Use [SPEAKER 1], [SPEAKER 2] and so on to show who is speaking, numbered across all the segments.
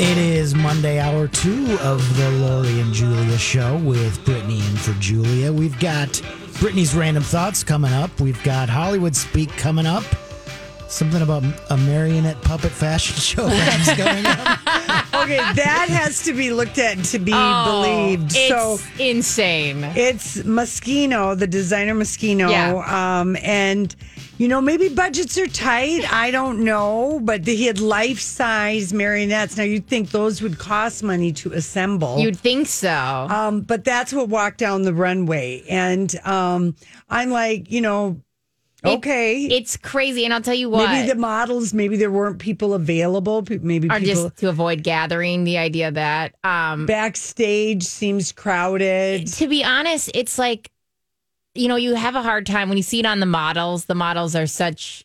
[SPEAKER 1] It is Monday, hour two of the Lori and Julia show with Brittany and for Julia. We've got Brittany's random thoughts coming up. We've got Hollywood Speak coming up. Something about a marionette puppet fashion show that's going up.
[SPEAKER 2] Okay, that has to be looked at to be
[SPEAKER 3] Oh,
[SPEAKER 2] believed.
[SPEAKER 3] It's
[SPEAKER 2] So
[SPEAKER 3] insane.
[SPEAKER 2] it's Moschino, the designer Moschino.
[SPEAKER 3] Yeah.
[SPEAKER 2] Um, and, you know, maybe budgets are tight. I don't know. But he had life size marionettes. Now, you'd think those would cost money to assemble.
[SPEAKER 3] You'd think so.
[SPEAKER 2] Um, but that's what walked down the runway. And um, I'm like, you know, okay.
[SPEAKER 3] it's crazy, and I'll tell you what.
[SPEAKER 2] maybe the models, maybe there weren't people available. Pe- Maybe
[SPEAKER 3] are
[SPEAKER 2] people
[SPEAKER 3] just to avoid gathering the idea that um
[SPEAKER 2] backstage seems crowded.
[SPEAKER 3] to be honest it's like you know you have a hard time when you see it on the models the models are such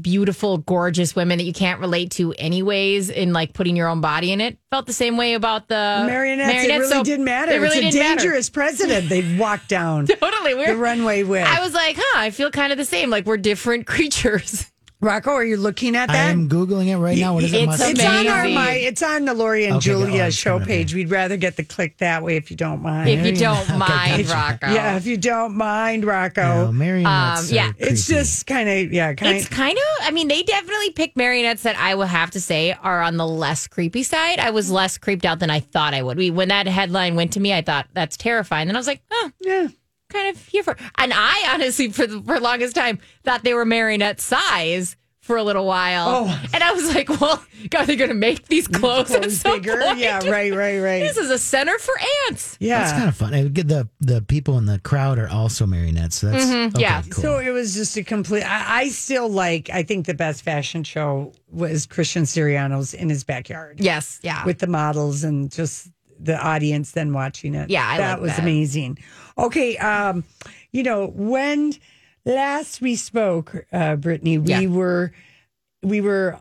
[SPEAKER 3] beautiful gorgeous women that you can't relate to anyways in like putting your own body in it felt the same way about the
[SPEAKER 2] marionettes, it really
[SPEAKER 3] Uh, so
[SPEAKER 2] didn't matter.
[SPEAKER 3] it really
[SPEAKER 2] it's a
[SPEAKER 3] didn't matter.
[SPEAKER 2] dangerous president they walked down
[SPEAKER 3] totally
[SPEAKER 2] the
[SPEAKER 3] we're
[SPEAKER 2] runway with.
[SPEAKER 3] i was like huh i feel kind of the same like we're different creatures
[SPEAKER 2] Rocco, are you looking at
[SPEAKER 1] I
[SPEAKER 2] that?
[SPEAKER 1] am Googling it right now. What is it?
[SPEAKER 3] It's
[SPEAKER 1] Must-
[SPEAKER 2] it's on our
[SPEAKER 3] Amazing.
[SPEAKER 2] my, it's on the Lori and
[SPEAKER 1] Okay, good. Oh,
[SPEAKER 2] Julia
[SPEAKER 1] it's
[SPEAKER 2] show
[SPEAKER 1] coming up here.
[SPEAKER 2] page. We'd rather get the click that way if you don't mind.
[SPEAKER 3] if you don't mind
[SPEAKER 1] gotcha.
[SPEAKER 3] rocco
[SPEAKER 2] yeah, if you don't mind, Rocco.
[SPEAKER 1] Oh, marionettes.
[SPEAKER 3] Um, yeah.
[SPEAKER 1] are
[SPEAKER 2] it's
[SPEAKER 1] creepy.
[SPEAKER 2] just kind of yeah, kind
[SPEAKER 3] It's kind of, I mean, they definitely pick marionettes that I will have to say are on the less creepy side. I was less creeped out than I thought I would be. When that headline went to me, I thought that's terrifying. Then I was like, oh,
[SPEAKER 2] yeah.
[SPEAKER 3] kind of here for. And I honestly, for the for longest time, thought they were marionette size for a little while.
[SPEAKER 2] Oh.
[SPEAKER 3] And I was like, well, God, they're going to make these clothes, at
[SPEAKER 2] Clothes
[SPEAKER 3] some
[SPEAKER 2] bigger.
[SPEAKER 3] point?
[SPEAKER 2] Yeah, right, right, right.
[SPEAKER 3] This is a center for ants.
[SPEAKER 2] yeah.
[SPEAKER 1] That's kind of fun. It would get the the people in the crowd are also marionettes. So that's okay,
[SPEAKER 3] yeah.
[SPEAKER 1] Cool.
[SPEAKER 2] So it was just a complete. I, I still like. I think the best fashion show was Christian Siriano's in his backyard.
[SPEAKER 3] Yes. Yeah.
[SPEAKER 2] with the models and just the audience then watching it.
[SPEAKER 3] Yeah, I
[SPEAKER 2] that
[SPEAKER 3] like
[SPEAKER 2] was
[SPEAKER 3] that.
[SPEAKER 2] amazing. Okay, um, you know when last we spoke, uh, Brittany, we
[SPEAKER 3] Yeah.
[SPEAKER 2] were we were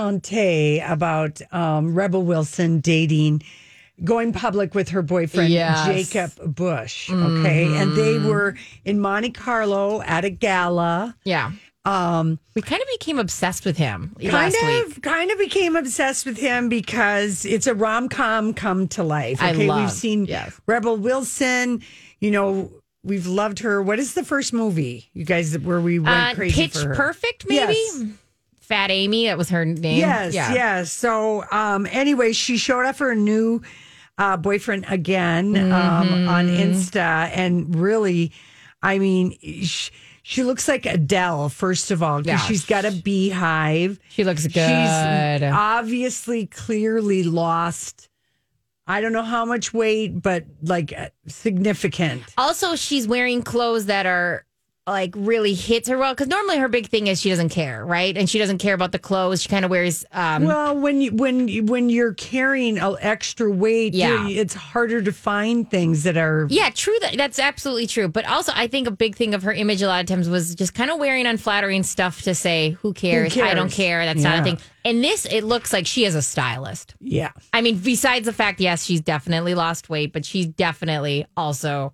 [SPEAKER 2] enchanté about um, Rebel Wilson dating. Going public with her boyfriend
[SPEAKER 3] Yes. Mm-hmm.
[SPEAKER 2] Jacob Bush, okay, and they were in Monte Carlo at a gala.
[SPEAKER 3] yeah.
[SPEAKER 2] Um,
[SPEAKER 3] We kind of became obsessed with him
[SPEAKER 2] kind
[SPEAKER 3] last week.
[SPEAKER 2] of kind of became obsessed with him because it's a rom-com come to life
[SPEAKER 3] I
[SPEAKER 2] okay
[SPEAKER 3] love-
[SPEAKER 2] we've seen
[SPEAKER 3] yes.
[SPEAKER 2] rebel wilson you know we've loved her what is the first movie you guys where we went
[SPEAKER 3] Uh,
[SPEAKER 2] crazy
[SPEAKER 3] Pitch
[SPEAKER 2] for her?
[SPEAKER 3] Perfect, maybe.
[SPEAKER 2] Yes.
[SPEAKER 3] Fat Amy, that was her name.
[SPEAKER 2] yes yes so um anyway she showed off her new uh boyfriend again um on
[SPEAKER 3] Mm-hmm.
[SPEAKER 2] insta and really i mean she, she looks like adele first of all
[SPEAKER 3] Yeah.
[SPEAKER 2] because she's got a beehive
[SPEAKER 3] She looks good.
[SPEAKER 2] She's obviously clearly lost. I don't know how much weight, but like uh, significant.
[SPEAKER 3] also, she's wearing clothes that are like really hits her well because normally her big thing is she doesn't care, right? And she doesn't care about the clothes. She kind of wears. Um,
[SPEAKER 2] Well, when you when you, when you're carrying a extra weight,
[SPEAKER 3] Yeah.
[SPEAKER 2] you- it's harder to find things that are
[SPEAKER 3] yeah, true. That that's absolutely true. But also, I think a big thing of her image a lot of times was just kind of wearing unflattering stuff to say, "Who cares? I don't
[SPEAKER 2] cares?"
[SPEAKER 3] care." That's not a
[SPEAKER 2] Yeah.
[SPEAKER 3] thing. And this, it looks like she is a stylist.
[SPEAKER 2] yeah.
[SPEAKER 3] I mean, besides the fact, yes, she's definitely lost weight, but she's definitely also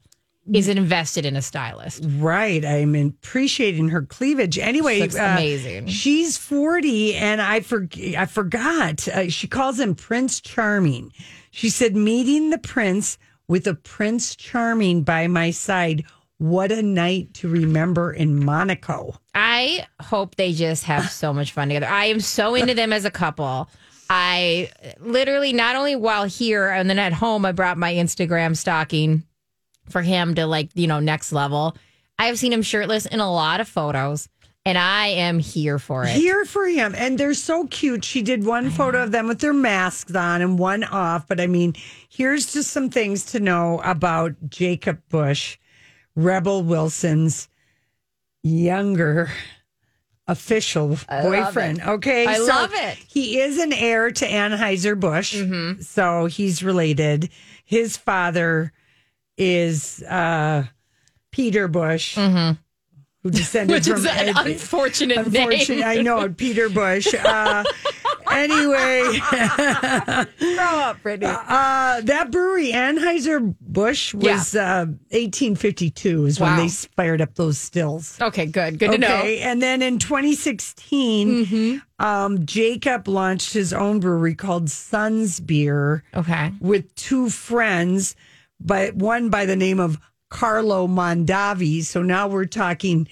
[SPEAKER 3] is invested in a stylist.
[SPEAKER 2] Right. I'm appreciating her cleavage. Anyway, uh,
[SPEAKER 3] Looks amazing.
[SPEAKER 2] She's 40, and I, for, I forgot. Uh, she calls him Prince Charming. She said, Meeting the prince with a Prince Charming by my side. What a night to remember in Monaco.
[SPEAKER 3] I hope they just have so much fun together. I am so into them as a couple. I literally not only while here and then at home, I brought my Instagram stocking for him to like, you know, next level. I've seen him shirtless in a lot of photos, and I am here for it.
[SPEAKER 2] Here for him. And they're so cute. She did one photo of them with their masks on and one off. But I mean, here's just some things to know about Jacob Bush, Rebel Wilson's younger official boyfriend. Okay.
[SPEAKER 3] I love it. Mm-hmm.
[SPEAKER 2] He is an heir to Anheuser-Busch. So he's related. His father is uh, Peter Bush. Who descended
[SPEAKER 3] Mm-hmm. Which
[SPEAKER 2] from
[SPEAKER 3] is an
[SPEAKER 2] Ed-
[SPEAKER 3] unfortunate,
[SPEAKER 2] Unfortunately,
[SPEAKER 3] name.
[SPEAKER 2] I know Peter Bush. Uh, anyway,
[SPEAKER 3] Grow up, Brittany.
[SPEAKER 2] uh, that brewery Anheuser Busch was uh, 1852 is when
[SPEAKER 3] Wow.
[SPEAKER 2] they fired up those stills.
[SPEAKER 3] Okay, good. Good to know. Mm-hmm. Hmm.
[SPEAKER 2] Okay, and then in 2016, um, Jacob launched his own brewery called Sun's Beer
[SPEAKER 3] Okay.
[SPEAKER 2] with two friends, but one by the name of Carlo Mondavi. So now we're talking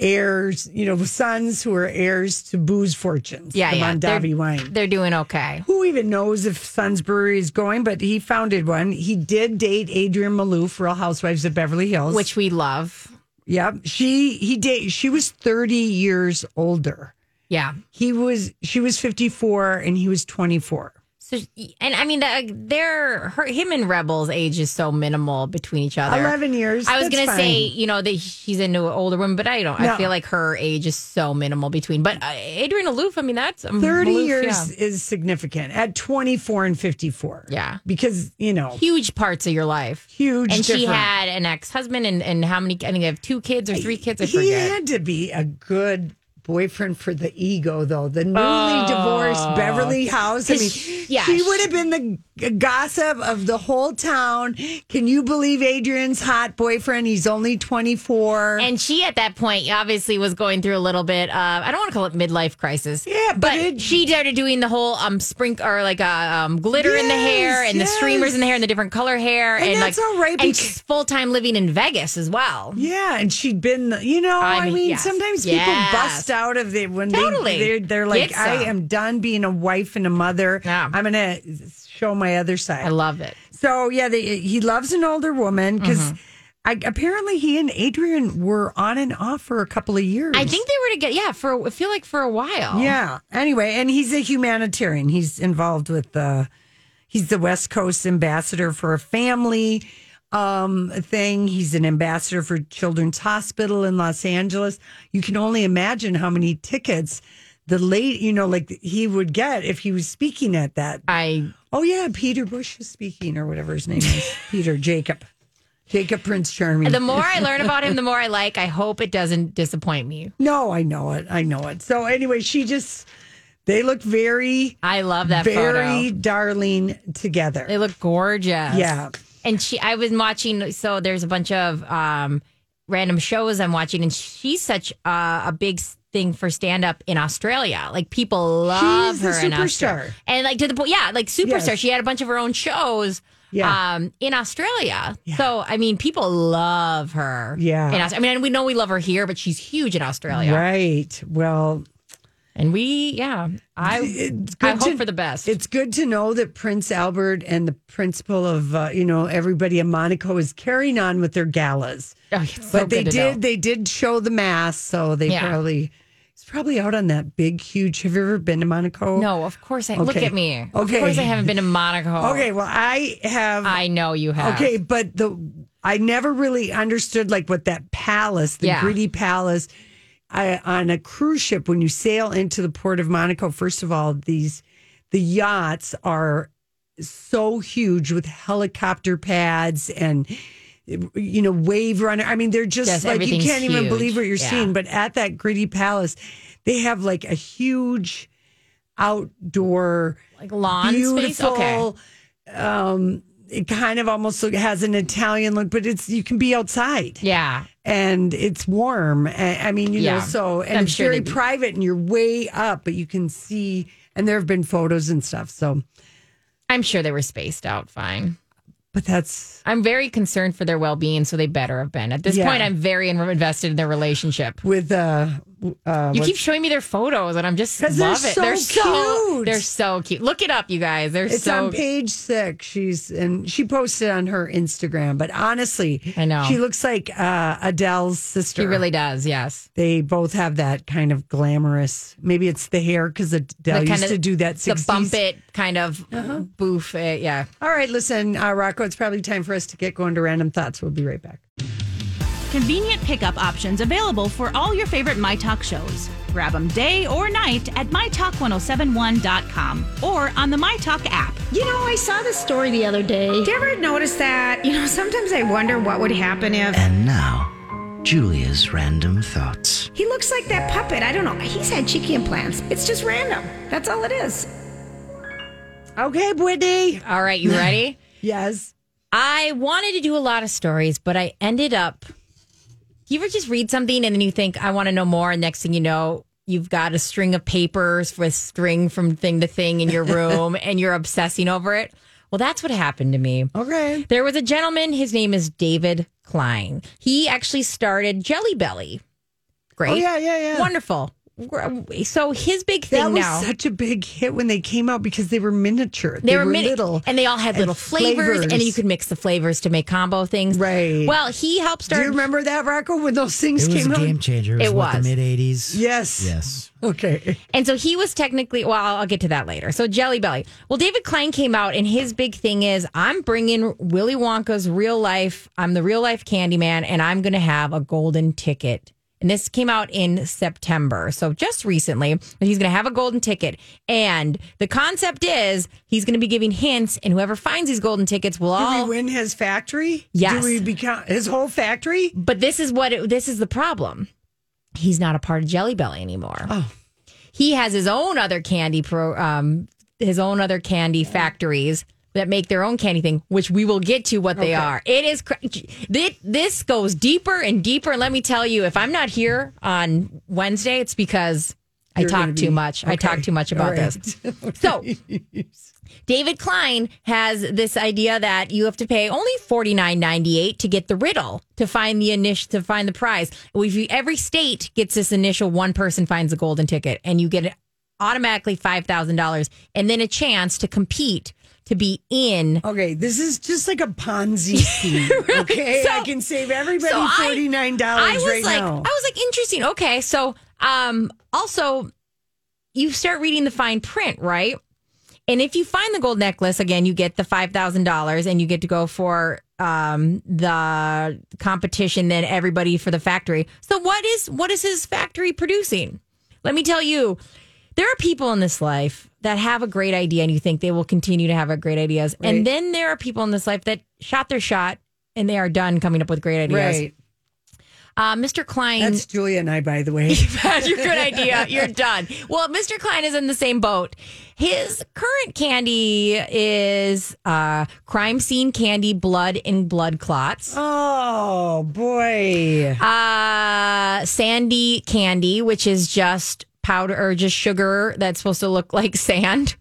[SPEAKER 2] heirs, you know, sons who are heirs to booze fortunes.
[SPEAKER 3] Yeah,
[SPEAKER 2] the
[SPEAKER 3] yeah.
[SPEAKER 2] Mondavi
[SPEAKER 3] They're-
[SPEAKER 2] wine.
[SPEAKER 3] They're doing okay.
[SPEAKER 2] Who even knows if Sun's Brewery is going? But he founded one. He did date Adrian Malouf, Real Housewives of Beverly Hills.
[SPEAKER 3] Which we love.
[SPEAKER 2] yep, she he date she was thirty years older.
[SPEAKER 3] Yeah.
[SPEAKER 2] He was she was fifty four and he was twenty four.
[SPEAKER 3] So and I mean that their her, him and Rebel's age is so minimal between each other.
[SPEAKER 2] 11 years,
[SPEAKER 3] I was
[SPEAKER 2] that's
[SPEAKER 3] gonna say
[SPEAKER 2] fine.
[SPEAKER 3] you know that she's into an older woman, but I don't.
[SPEAKER 2] No.
[SPEAKER 3] I feel like her age is so minimal between. But uh, Adrian Aloof, I mean that's um,
[SPEAKER 2] 30
[SPEAKER 3] Aloof,
[SPEAKER 2] years
[SPEAKER 3] yeah.
[SPEAKER 2] is significant at 24 and 54.
[SPEAKER 3] Yeah.
[SPEAKER 2] Because, you know,
[SPEAKER 3] huge parts of your life.
[SPEAKER 2] Huge
[SPEAKER 3] And she
[SPEAKER 2] difference.
[SPEAKER 3] had an ex husband and and how many? I think I have two kids or three kids. I
[SPEAKER 2] he
[SPEAKER 3] forget.
[SPEAKER 2] had to be a good boyfriend for the ego, though. The newly
[SPEAKER 3] Oh.
[SPEAKER 2] divorced Beverly House. I mean,
[SPEAKER 3] 'Cause she- yeah,
[SPEAKER 2] she
[SPEAKER 3] she-
[SPEAKER 2] would have been the g- gossip of the whole town. Can you believe Adrian's hot boyfriend? He's only 24.
[SPEAKER 3] And she, at that point, obviously was going through a little bit. Of, I don't want to call it midlife crisis.
[SPEAKER 2] Yeah, but it-
[SPEAKER 3] she started doing the whole um sprink or like uh, um glitter in the hair
[SPEAKER 2] Yes,
[SPEAKER 3] and the streamers in the
[SPEAKER 2] yes.
[SPEAKER 3] hair and the different color hair
[SPEAKER 2] And
[SPEAKER 3] and,
[SPEAKER 2] that's
[SPEAKER 3] like
[SPEAKER 2] all right
[SPEAKER 3] and
[SPEAKER 2] beca-
[SPEAKER 3] she's full time living in Vegas as well.
[SPEAKER 2] yeah, and she'd been, the- you know, I
[SPEAKER 3] I
[SPEAKER 2] mean,
[SPEAKER 3] mean, yes.
[SPEAKER 2] sometimes
[SPEAKER 3] Yes.
[SPEAKER 2] people bust out of the when
[SPEAKER 3] Totally.
[SPEAKER 2] they they're, they're like,
[SPEAKER 3] Get some.
[SPEAKER 2] I am done being a wife and a mother.
[SPEAKER 3] Yeah.
[SPEAKER 2] I'm gonna show my other side.
[SPEAKER 3] I love it.
[SPEAKER 2] So yeah, they, he loves an older woman because
[SPEAKER 3] Mm-hmm.
[SPEAKER 2] apparently he and Adrian were on and off for a couple of years.
[SPEAKER 3] I think they were together. Yeah, for I feel like for a while.
[SPEAKER 2] Yeah. Anyway, and he's a humanitarian. He's involved with the. He's the West Coast ambassador for a family um, thing. He's an ambassador for Children's Hospital in Los Angeles. You can only imagine how many tickets the late, you know, like he would get if he was speaking at that
[SPEAKER 3] I
[SPEAKER 2] Oh yeah, Peter Bush is speaking or whatever his name is. Peter Jacob. Jacob Prince Charming.
[SPEAKER 3] the more I learn about him, the more I like. I hope it doesn't disappoint me.
[SPEAKER 2] no, I know it. I know it. So anyway, she just they look very
[SPEAKER 3] I love that
[SPEAKER 2] very
[SPEAKER 3] photo.
[SPEAKER 2] darling together.
[SPEAKER 3] They look gorgeous.
[SPEAKER 2] yeah.
[SPEAKER 3] and she i was watching so there's a bunch of um random shows i'm watching and she's such uh, a big s- thing for stand up in australia like people love
[SPEAKER 2] She's a
[SPEAKER 3] her in
[SPEAKER 2] superstar.
[SPEAKER 3] australia and like to the point yeah like superstar
[SPEAKER 2] Yes.
[SPEAKER 3] she had a bunch of her own shows
[SPEAKER 2] Yeah.
[SPEAKER 3] um in australia so i mean people love her
[SPEAKER 2] Yeah.
[SPEAKER 3] in Aus- i mean we know we love her here but she's huge in australia
[SPEAKER 2] Right. Well,
[SPEAKER 3] and we yeah i
[SPEAKER 2] it's
[SPEAKER 3] i
[SPEAKER 2] good
[SPEAKER 3] hope
[SPEAKER 2] to-
[SPEAKER 3] for the best
[SPEAKER 2] It's good to know that Prince Albert and the principal of uh, you know everybody in Monaco is carrying on with their galas.
[SPEAKER 3] Oh, it's so
[SPEAKER 2] but they
[SPEAKER 3] good to
[SPEAKER 2] did
[SPEAKER 3] know.
[SPEAKER 2] they did show the mass, so they
[SPEAKER 3] Yeah.
[SPEAKER 2] probably it's probably out on that big huge. Have you ever been to Monaco?
[SPEAKER 3] no of course i look
[SPEAKER 2] Okay.
[SPEAKER 3] at me of
[SPEAKER 2] Okay.
[SPEAKER 3] course i haven't been to monaco
[SPEAKER 2] Okay, well I have.
[SPEAKER 3] i know you have
[SPEAKER 2] okay, but the I never really understood like what that palace, the
[SPEAKER 3] Yeah.
[SPEAKER 2] gritty palace, I, on a cruise ship when you sail into the port of Monaco. First of all, these the yachts are so huge with helicopter pads and you know wave runner i mean they're just
[SPEAKER 3] Yes,
[SPEAKER 2] like you
[SPEAKER 3] everything's
[SPEAKER 2] can't even
[SPEAKER 3] huge.
[SPEAKER 2] believe what you're
[SPEAKER 3] Yeah.
[SPEAKER 2] seeing but at that gritty palace they have like a huge outdoor
[SPEAKER 3] like lawn space.
[SPEAKER 2] beautiful
[SPEAKER 3] Okay.
[SPEAKER 2] um it kind of almost look, has an italian look but it's you can be outside
[SPEAKER 3] Yeah.
[SPEAKER 2] and it's warm i, I mean you know
[SPEAKER 3] Yeah.
[SPEAKER 2] so and
[SPEAKER 3] I'm
[SPEAKER 2] it's
[SPEAKER 3] sure
[SPEAKER 2] very
[SPEAKER 3] they'd be-
[SPEAKER 2] private and you're way up but you can see and there have been photos and stuff so
[SPEAKER 3] I'm sure they were spaced out fine.
[SPEAKER 2] but that's
[SPEAKER 3] I'm very concerned for their well being, so they better have been. At this
[SPEAKER 2] Yeah.
[SPEAKER 3] point, I'm very in- invested in their relationship.
[SPEAKER 2] with uh Uh,
[SPEAKER 3] You
[SPEAKER 2] what's-
[SPEAKER 3] keep showing me their photos, and I'm just
[SPEAKER 2] 'Cause
[SPEAKER 3] love
[SPEAKER 2] they're
[SPEAKER 3] it.
[SPEAKER 2] so
[SPEAKER 3] they're so
[SPEAKER 2] cute.
[SPEAKER 3] they're so cute. Look it up, you guys. They're
[SPEAKER 2] It's
[SPEAKER 3] so
[SPEAKER 2] on page six. She's and she posted on her Instagram. But honestly,
[SPEAKER 3] I know.
[SPEAKER 2] she looks like uh, Adele's sister.
[SPEAKER 3] He really does. Yes,
[SPEAKER 2] They both have that kind of glamorous. Maybe it's the hair because Adele
[SPEAKER 3] kind
[SPEAKER 2] used
[SPEAKER 3] of-
[SPEAKER 2] to do that. Uh-huh. 60s.
[SPEAKER 3] the bump it kind of boof. It, yeah.
[SPEAKER 2] All right, listen, uh, Rocco. It's probably time for us to get going to random thoughts. We'll be right back.
[SPEAKER 4] Convenient pickup options available for all your favorite My Talk shows. Grab them day or night at mytalk1071.com or on the My Talk app.
[SPEAKER 5] You know, I saw this story the other day. Did you ever notice that? You know, sometimes I wonder what would happen if
[SPEAKER 6] And now, Julia's random thoughts.
[SPEAKER 5] he looks like that puppet. I don't know. He's had cheeky implants. It's just random. That's all it is.
[SPEAKER 2] Okay, Whitney.
[SPEAKER 3] All right, you ready?
[SPEAKER 2] Yes.
[SPEAKER 3] I wanted to do a lot of stories, but I ended up. You ever just read something and then you think, I want to know more. And next thing you know, you've got a string of papers with string from thing to thing in your room and you're obsessing over it. Well, that's what happened to me.
[SPEAKER 2] Okay.
[SPEAKER 3] There was a gentleman, his name is David Klein. He actually started Jelly Belly. Great.
[SPEAKER 2] Oh yeah, yeah, yeah.
[SPEAKER 3] Wonderful. So his big thing
[SPEAKER 2] That was
[SPEAKER 3] now.
[SPEAKER 2] such a big hit when they came out because they were miniature.
[SPEAKER 3] They, were, mini-
[SPEAKER 2] little,
[SPEAKER 3] and they all had
[SPEAKER 2] and
[SPEAKER 3] little flavors, and then you could mix the flavors to make combo things.
[SPEAKER 2] Right.
[SPEAKER 3] Well, he helped
[SPEAKER 2] Do
[SPEAKER 3] start.
[SPEAKER 2] you remember that, Rocco, when those things
[SPEAKER 1] It was
[SPEAKER 2] came
[SPEAKER 1] a
[SPEAKER 2] out?
[SPEAKER 1] game changer. It was,
[SPEAKER 3] It
[SPEAKER 1] what,
[SPEAKER 3] was.
[SPEAKER 1] the mid 80s.
[SPEAKER 2] Yes.
[SPEAKER 1] Yes.
[SPEAKER 2] Okay.
[SPEAKER 3] And so he was technically, well, I'll get to that later. So Jelly Belly. Well, David Klein came out, and his big thing is I'm bringing Willy Wonka's real life, I'm the real life Candyman, and I'm going to have a golden ticket. And this came out in September. So just recently, and he's going to have a golden ticket. And the concept is he's going to be giving hints, and whoever finds these golden tickets will
[SPEAKER 2] Do
[SPEAKER 3] all.
[SPEAKER 2] we win his factory?
[SPEAKER 3] Yes.
[SPEAKER 2] Do we become his whole factory?
[SPEAKER 3] But this is what it, this is the problem. He's not a part of Jelly Belly anymore.
[SPEAKER 2] Oh.
[SPEAKER 3] He has his own other candy pro, um, his own other candy factories that make their own candy thing, which we will get to what they are. It is cr- thi- this goes deeper and deeper. And let me tell you, if I'm not here on Wednesday, it's because I
[SPEAKER 2] You're gonna
[SPEAKER 3] talk too
[SPEAKER 2] be-
[SPEAKER 3] much. I talk
[SPEAKER 2] okay.
[SPEAKER 3] too much about
[SPEAKER 2] All right.
[SPEAKER 3] this. So David Klein has this idea that you have to pay only forty nine ninety eight to get the riddle to find the initial to find the prize. If you, every state gets this initial, one person finds the golden ticket, and you get automatically five thousand dollars, and then a chance to compete to be in.
[SPEAKER 2] Okay, this is just like a Ponzi scheme. Okay,
[SPEAKER 3] So-
[SPEAKER 2] I can save everybody
[SPEAKER 3] So I-
[SPEAKER 2] forty nine dollars
[SPEAKER 3] I was
[SPEAKER 2] right
[SPEAKER 3] like, I
[SPEAKER 2] now.
[SPEAKER 3] was like, interesting. Okay, so um, also you start reading the fine print, right? And if you find the gold necklace again, you get the five thousand dollars, and you get to go for um the competition. Then everybody for the factory. So what is what is his factory producing? Let me tell you, there are people in this life that have a great idea, and you think they will continue to have a great ideas, and then there are people in this life that shot their shot, and they are done coming up with great ideas.
[SPEAKER 2] right.
[SPEAKER 3] Uh, Mr. Klein.
[SPEAKER 2] That's Julia and I, by the way.
[SPEAKER 3] That's your good idea. You're done. Well, Mr. Klein is in the same boat. His current candy is uh, crime scene candy, blood and blood clots.
[SPEAKER 2] Oh boy.
[SPEAKER 3] Uh, sandy candy, which is just powder or just sugar that's supposed to look like sand.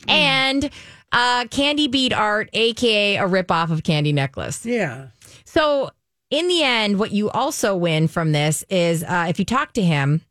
[SPEAKER 2] Mm.
[SPEAKER 3] And uh, candy bead art, aka a ripoff of candy necklace.
[SPEAKER 2] Yeah.
[SPEAKER 3] So in the end, what you also win from this is uh, if you talk to him,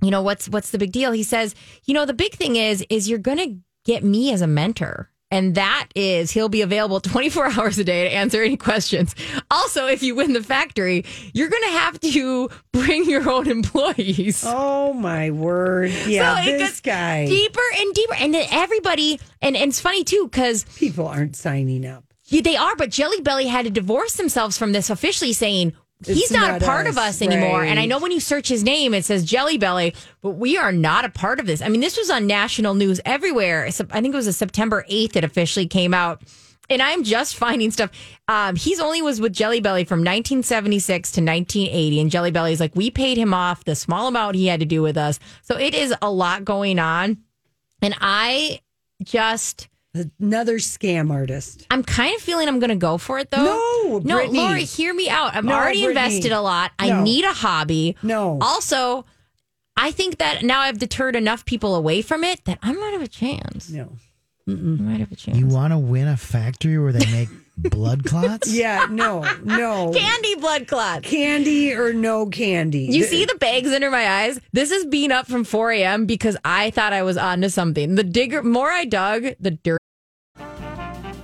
[SPEAKER 3] you know what's what's the big deal? He says, you know, the big thing is is you're gonna get me as a mentor. And that is, he'll be available 24 hours a day to answer any questions. Also, if you win the factory, you're going to have to bring your own employees.
[SPEAKER 2] Oh my word. Yeah.
[SPEAKER 3] it
[SPEAKER 2] this
[SPEAKER 3] gets
[SPEAKER 2] guy.
[SPEAKER 3] Deeper and deeper. And then everybody, and, and it's funny too, because
[SPEAKER 2] People aren't signing up.
[SPEAKER 3] yeah, they are, but Jelly Belly had to divorce themselves from this officially saying he's
[SPEAKER 2] It's
[SPEAKER 3] not,
[SPEAKER 2] not
[SPEAKER 3] a part of
[SPEAKER 2] us,
[SPEAKER 3] us anymore.
[SPEAKER 2] right.
[SPEAKER 3] And I know when you search his name, it says Jelly Belly, but we are not a part of this. I mean, this was on national news everywhere. So- I think it was a September 8th it officially came out. And I'm just finding stuff. Um, he's only was with Jelly Belly from 1976 to 1980. And Jelly Belly's like, we paid him off the small amount he had to do with us. So it is a lot going on. And I just.
[SPEAKER 2] Another scam artist.
[SPEAKER 3] I'm kind of feeling I'm going to go for it though.
[SPEAKER 2] No,
[SPEAKER 3] no,
[SPEAKER 2] Brittany.
[SPEAKER 3] Lori, hear me out. I'm
[SPEAKER 2] No,
[SPEAKER 3] already
[SPEAKER 2] Brittany.
[SPEAKER 3] invested a lot.
[SPEAKER 2] No.
[SPEAKER 3] I need a hobby.
[SPEAKER 2] No.
[SPEAKER 3] Also, I think that now I've deterred enough people away from it that I might have a chance.
[SPEAKER 2] No.
[SPEAKER 3] You might have a chance.
[SPEAKER 1] You want to win a factory where they make blood clots?
[SPEAKER 2] Yeah, no, no.
[SPEAKER 3] Candy blood clots.
[SPEAKER 2] candy or no candy.
[SPEAKER 3] You see the bags under my eyes? This is being up from 4 a.m. because I thought I was onto something. The digger, more I dug, the dirt.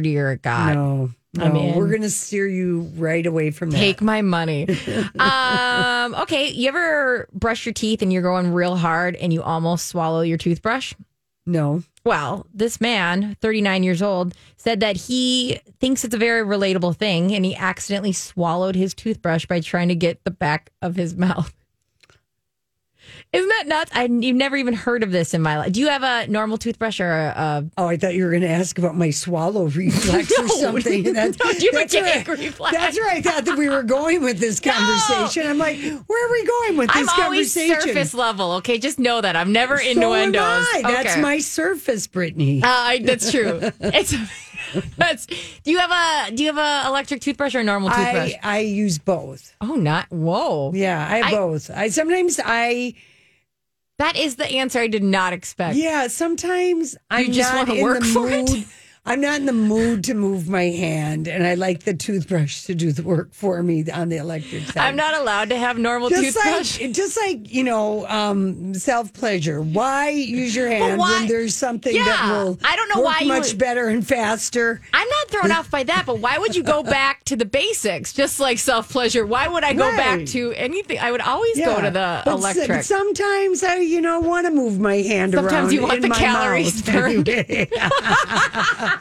[SPEAKER 3] Dear God.
[SPEAKER 2] No, no,
[SPEAKER 3] I'm in.
[SPEAKER 2] we're gonna steer you right away from that.
[SPEAKER 3] Take my money. um, okay, you ever brush your teeth and you're going real hard and you almost swallow your toothbrush?
[SPEAKER 2] no,
[SPEAKER 3] Well, this man, 39 years old, said that he thinks it's a very relatable thing and he accidentally swallowed his toothbrush by trying to get the back of his mouth. Isn't that nuts? I, you've never even heard of this in my life. Do you have a normal toothbrush or a, a
[SPEAKER 2] Oh, I thought you were going to ask about my swallow reflex or
[SPEAKER 3] No.
[SPEAKER 2] something.
[SPEAKER 3] No, do you have a
[SPEAKER 2] that's where I-
[SPEAKER 3] gag reflex?
[SPEAKER 2] That's where I thought that we were going with this conversation. I'm like, where are we going with this
[SPEAKER 3] I'm always
[SPEAKER 2] conversation?
[SPEAKER 3] surface level. Okay, just know that I'm never
[SPEAKER 2] So am
[SPEAKER 3] innuendos.
[SPEAKER 2] I. That's
[SPEAKER 3] Okay.
[SPEAKER 2] my surface, Brittany.
[SPEAKER 3] Uh, I- that's true. It's that's. Do you have a Do you have a electric toothbrush or a normal toothbrush?
[SPEAKER 2] I, I use both.
[SPEAKER 3] oh, not whoa.
[SPEAKER 2] Yeah, I have
[SPEAKER 3] I-
[SPEAKER 2] both. I sometimes I
[SPEAKER 3] That is the answer I did not expect.
[SPEAKER 2] yeah, sometimes I'm
[SPEAKER 3] just
[SPEAKER 2] not
[SPEAKER 3] wanna
[SPEAKER 2] in
[SPEAKER 3] work
[SPEAKER 2] the
[SPEAKER 3] for it?
[SPEAKER 2] mood. I'm not in the mood to move my hand and I like the toothbrush to do the work for me on the electric side.
[SPEAKER 3] I'm not allowed to have normal
[SPEAKER 2] just
[SPEAKER 3] toothbrush.
[SPEAKER 2] like just like you know um self pleasure why use your hand
[SPEAKER 3] why-
[SPEAKER 2] when there's something that
[SPEAKER 3] Yeah,
[SPEAKER 2] will
[SPEAKER 3] I don't know
[SPEAKER 2] work
[SPEAKER 3] why you
[SPEAKER 2] much
[SPEAKER 3] would-
[SPEAKER 2] better and faster
[SPEAKER 3] I'm not thrown off by that, but why would you go back to the basics? Just like self pleasure. Why would I go back
[SPEAKER 2] Right.
[SPEAKER 3] to anything? I would always go to the
[SPEAKER 2] but s-
[SPEAKER 3] electric.
[SPEAKER 2] sometimes i you know want to move my hand around
[SPEAKER 3] Sometimes you want
[SPEAKER 2] in
[SPEAKER 3] the
[SPEAKER 2] my
[SPEAKER 3] calories
[SPEAKER 2] mouth.
[SPEAKER 3] burned.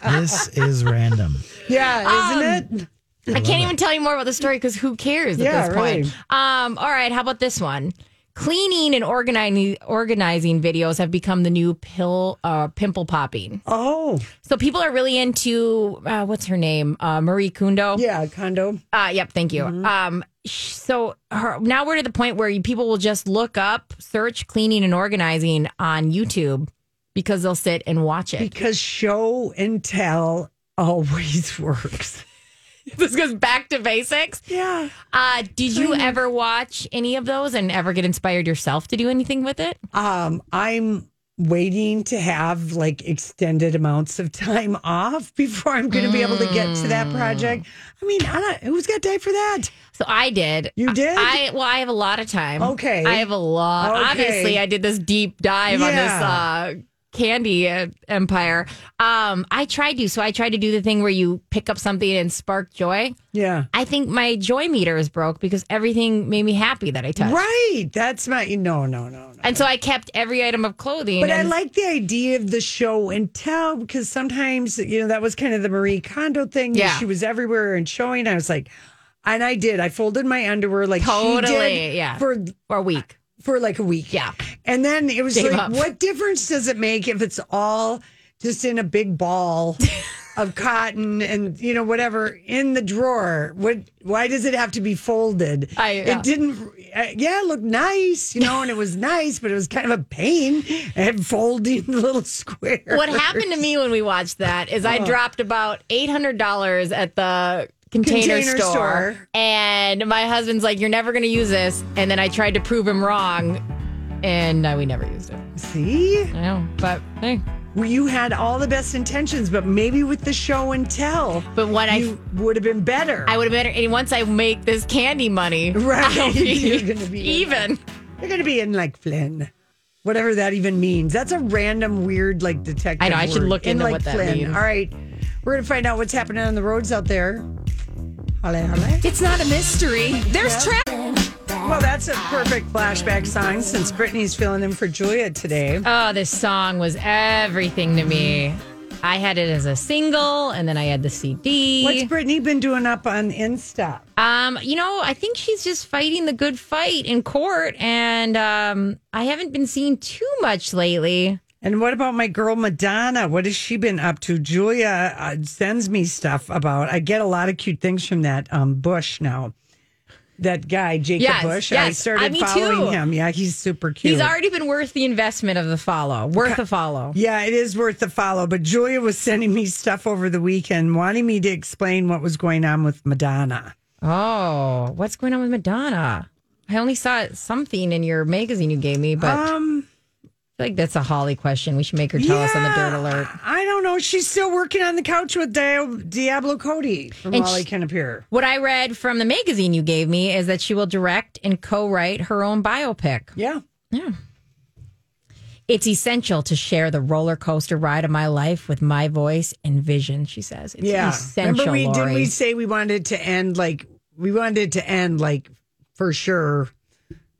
[SPEAKER 1] This is random.
[SPEAKER 2] yeah isn't
[SPEAKER 3] Um,
[SPEAKER 2] it
[SPEAKER 3] I can't even tell you more about the story because who cares at
[SPEAKER 2] Yeah,
[SPEAKER 3] this point? Um, all right, how about this one? Cleaning and organizing organizing videos have become the new pill uh, pimple popping.
[SPEAKER 2] oh
[SPEAKER 3] So people are really into uh, what's her name, uh, Marie Kondo.
[SPEAKER 2] yeah condo
[SPEAKER 3] Uh, yep, thank you. Um, sh- so her, now we're to the point where you, people will just look up, search cleaning and organizing on YouTube because they'll sit and watch it.
[SPEAKER 2] because show and tell always works
[SPEAKER 3] this goes back to basics.
[SPEAKER 2] yeah
[SPEAKER 3] Uh, did you ever watch any of those and ever get inspired yourself to do anything with it?
[SPEAKER 2] Um, I'm waiting to have like extended amounts of time off before I'm going to be able to get to that project.
[SPEAKER 3] Mm.
[SPEAKER 2] I mean, I don't, who's got time for that?
[SPEAKER 3] So I did.
[SPEAKER 2] You did?
[SPEAKER 3] I well, I have a lot of time.
[SPEAKER 2] Okay.
[SPEAKER 3] I have a
[SPEAKER 2] Okay.
[SPEAKER 3] lot. Obviously, I did this deep dive on this
[SPEAKER 2] Yeah.
[SPEAKER 3] uh, candy uh, empire. Um, I tried to. So I tried to do the thing where you pick up something and spark joy.
[SPEAKER 2] Yeah.
[SPEAKER 3] I think my joy meter is broke because everything made me happy that I touched.
[SPEAKER 2] Right. That's my, no, no, no, no.
[SPEAKER 3] And so I kept every item of clothing.
[SPEAKER 2] But I
[SPEAKER 3] and
[SPEAKER 2] like the idea of the show and tell because sometimes, you know, that was kind of the Marie Kondo thing.
[SPEAKER 3] Yeah.
[SPEAKER 2] She was everywhere and showing. I was like, and I did. I folded my underwear like she did
[SPEAKER 3] Totally, yeah.
[SPEAKER 2] for
[SPEAKER 3] for a week.
[SPEAKER 2] for like a week.
[SPEAKER 3] Yeah.
[SPEAKER 2] And then it was
[SPEAKER 3] Gave
[SPEAKER 2] like,
[SPEAKER 3] up.
[SPEAKER 2] what difference does it make if it's all just in a big ball of cotton and you know whatever in the drawer? What? Why does it have to be folded?
[SPEAKER 3] I- yeah.
[SPEAKER 2] It didn't. Uh, yeah, it looked nice, you know, and it was nice, but it was kind of a pain and folding the little square.
[SPEAKER 3] What happened to me when we watched that is
[SPEAKER 2] Oh.
[SPEAKER 3] I dropped about eight hundred dollars at the container,
[SPEAKER 2] Container
[SPEAKER 3] store,
[SPEAKER 2] store.
[SPEAKER 3] and my husband's like, "You're never going to use this," and then I tried to prove him wrong, and uh, we never used it.
[SPEAKER 2] See,
[SPEAKER 3] I know, but hey,
[SPEAKER 2] well, you had all the best intentions, but maybe with the show and tell,
[SPEAKER 3] but what
[SPEAKER 2] you would have been better.
[SPEAKER 3] I I would have better. And once I make this candy money,
[SPEAKER 2] Right.
[SPEAKER 3] I'll be
[SPEAKER 2] You're gonna be-
[SPEAKER 3] even.
[SPEAKER 2] You're gonna be in like Flynn, whatever that even means. That's a random, weird, like detective.
[SPEAKER 3] I know, I should
[SPEAKER 2] word.
[SPEAKER 3] look
[SPEAKER 2] in
[SPEAKER 3] into
[SPEAKER 2] like
[SPEAKER 3] what that
[SPEAKER 2] Flynn.
[SPEAKER 3] means.
[SPEAKER 2] All right, We're going to find out what's happening on the roads out there. Holla, holla.
[SPEAKER 7] It's not a mystery. There's traffic.
[SPEAKER 2] Well, that's a perfect flashback song since Brittany's filling in for Julia today.
[SPEAKER 3] Oh, this song was everything to me. I had it as a single, and then I had the CD.
[SPEAKER 2] What's Brittany been doing up on Insta?
[SPEAKER 3] Um, you know, I think she's just fighting the good fight in court, and um, I haven't been seeing too much lately.
[SPEAKER 2] And what about my girl Madonna? What has she been up to? Julia uh, sends me stuff about. I get a lot of cute things from that um, Bush now. That guy Jacob
[SPEAKER 3] Yes,
[SPEAKER 2] Bush. I
[SPEAKER 3] yes. I-
[SPEAKER 2] started
[SPEAKER 3] me
[SPEAKER 2] following
[SPEAKER 3] too.
[SPEAKER 2] him. Yeah, he's super cute.
[SPEAKER 3] He's already been worth the investment of the follow. Worth the follow.
[SPEAKER 2] Yeah, it is worth the follow. But Julia was sending me stuff over the weekend, wanting me to explain what was going on with Madonna.
[SPEAKER 3] Oh, what's going on with Madonna? I only saw something in your magazine you gave me, but
[SPEAKER 2] Um,
[SPEAKER 3] I feel like that's a Holly question. We should make her tell us on the dirt
[SPEAKER 2] yeah,
[SPEAKER 3] alert.
[SPEAKER 2] I don't know. She's still working on the couch with Dia- Diablo Cody from
[SPEAKER 3] And
[SPEAKER 2] Molly
[SPEAKER 3] she-
[SPEAKER 2] Can Appear.
[SPEAKER 3] What I read from the magazine you gave me is that she will direct and co write her own biopic.
[SPEAKER 2] Yeah.
[SPEAKER 3] Yeah. It's essential to share the roller coaster ride of my life with my voice and vision, she says. It's
[SPEAKER 2] yeah.
[SPEAKER 3] essential.
[SPEAKER 2] Remember, we didn't
[SPEAKER 3] Lori.
[SPEAKER 2] we say we wanted to end like we wanted to end like for sure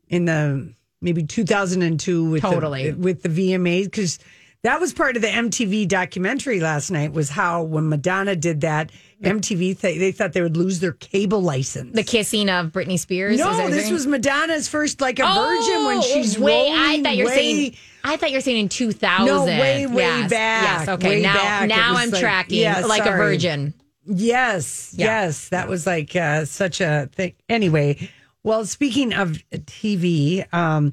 [SPEAKER 2] in the maybe 2002 with
[SPEAKER 3] Totally.
[SPEAKER 2] the, with the VMAs because that was part of the MTV documentary last night was how when Madonna did that MTV th- they thought they would lose their cable license.
[SPEAKER 3] the kissing of Britney Spears? Is that
[SPEAKER 2] no,
[SPEAKER 3] what
[SPEAKER 2] this
[SPEAKER 3] you're
[SPEAKER 2] was Madonna's first like a virgin when
[SPEAKER 3] Oh,
[SPEAKER 2] she's
[SPEAKER 3] way.
[SPEAKER 2] rolling,
[SPEAKER 3] I thought you're
[SPEAKER 2] way-
[SPEAKER 3] saying. I thought you were saying in 2000.
[SPEAKER 2] No, way, way
[SPEAKER 3] yes.
[SPEAKER 2] back,
[SPEAKER 3] Yes. Okay.
[SPEAKER 2] way
[SPEAKER 3] now,
[SPEAKER 2] back. It
[SPEAKER 3] now
[SPEAKER 2] was
[SPEAKER 3] I'm
[SPEAKER 2] like-
[SPEAKER 3] tracking
[SPEAKER 2] yeah,
[SPEAKER 3] like a
[SPEAKER 2] sorry.
[SPEAKER 3] virgin.
[SPEAKER 2] Yes,
[SPEAKER 3] Yeah.
[SPEAKER 2] yes, that was like uh, such a thing. Anyway, well, speaking of TV, um,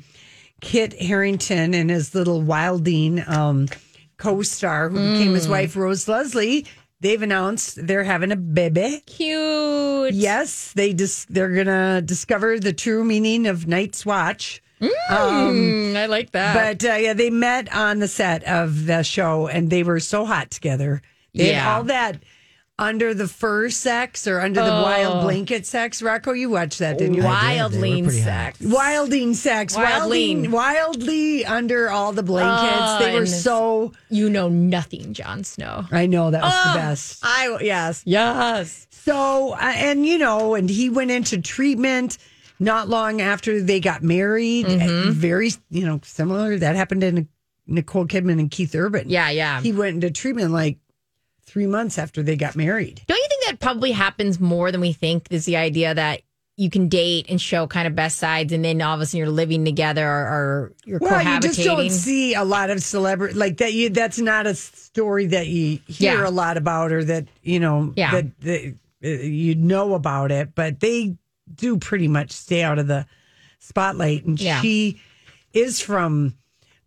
[SPEAKER 2] Kit Harrington and his little Wilding um, co-star, who became
[SPEAKER 3] Mm.
[SPEAKER 2] his wife, Rose Leslie, they've announced they're having a baby.
[SPEAKER 3] Cute.
[SPEAKER 2] Yes, they dis- they're gonna discover the true meaning of Night's Watch. Um,
[SPEAKER 3] Mm, I like that.
[SPEAKER 2] but uh, yeah, they met on the set of the show, and they were so hot together. They had
[SPEAKER 3] Yeah.
[SPEAKER 2] all that under the fur sex or under the wild blanket sex. Rocco, you watched that, didn't you?
[SPEAKER 3] Oh, wildling
[SPEAKER 1] pretty hot.
[SPEAKER 3] sex.
[SPEAKER 2] Wilding sex,
[SPEAKER 3] Wildling.
[SPEAKER 2] wilding, wildly under all the blankets.
[SPEAKER 3] Oh,
[SPEAKER 2] they were
[SPEAKER 3] and this-
[SPEAKER 2] so.
[SPEAKER 3] You know nothing, Jon Snow.
[SPEAKER 2] I know that was
[SPEAKER 3] Oh,
[SPEAKER 2] the best. I yes.
[SPEAKER 3] Yes.
[SPEAKER 2] So, uh, and you know, and he went into treatment not long after they got married. Very, you know, similar. That happened to Nic- Nicole Kidman and Keith Urban.
[SPEAKER 3] Yeah, yeah.
[SPEAKER 2] He went into treatment like three months after they got married.
[SPEAKER 3] Don't you think that probably happens more than we think? Is the idea that you can date and show kind of best sides, and then all of a sudden you're living together or, or you're
[SPEAKER 2] Well, you
[SPEAKER 3] cohabitating?
[SPEAKER 2] just don't see a lot of celebrity like that. You that's not a story that you hear
[SPEAKER 3] Yeah.
[SPEAKER 2] a lot about, or that you know
[SPEAKER 3] Yeah.
[SPEAKER 2] that, that uh, you know about it. But they do pretty much stay out of the spotlight. And
[SPEAKER 3] Yeah.
[SPEAKER 2] she is from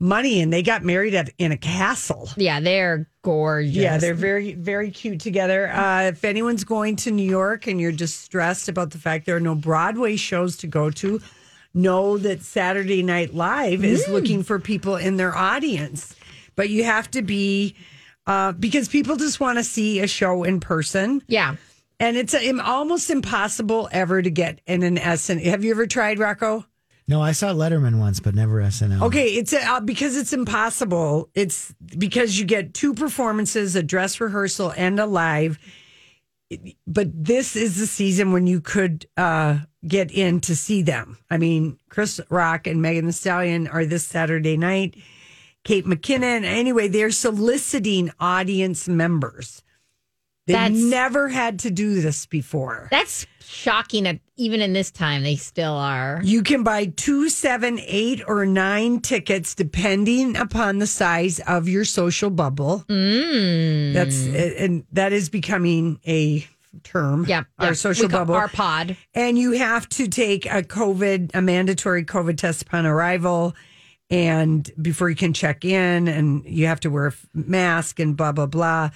[SPEAKER 2] money, and they got married at, in a castle.
[SPEAKER 3] yeah, they're gorgeous.
[SPEAKER 2] Yeah, they're very, very cute together. Uh, if anyone's going to New York and you're just stressed about the fact there are no Broadway shows to go to, know that Saturday Night Live is looking for people in their audience. But you have to be, uh, because people just want to see a show in person.
[SPEAKER 3] yeah.
[SPEAKER 2] And it's uh, im- almost impossible ever to get in an SNL. Have you ever tried, Rocco?
[SPEAKER 1] No, I saw Letterman once, but never SNL.
[SPEAKER 2] Okay, it's uh, because it's impossible. It's because you get two performances, a dress rehearsal, and a live. But this is the season when you could uh, get in to see them. I mean, Chris Rock and Megan Thee Stallion are this Saturday night. Kate McKinnon. Anyway, they're soliciting audience members. They have
[SPEAKER 3] That's-
[SPEAKER 2] never had to do this before.
[SPEAKER 3] That's shocking. That even in this time, they still are.
[SPEAKER 2] You can buy two, seven, eight, or nine tickets depending upon the size of your social bubble.
[SPEAKER 3] Mm.
[SPEAKER 2] That's and that is becoming a term.
[SPEAKER 3] yeah,
[SPEAKER 2] our
[SPEAKER 3] yeah.
[SPEAKER 2] social
[SPEAKER 3] We call-
[SPEAKER 2] bubble.
[SPEAKER 3] our pod.
[SPEAKER 2] and you have to take a COVID, a mandatory COVID test upon arrival, and before you can check in, and you have to wear a f- mask and blah blah blah.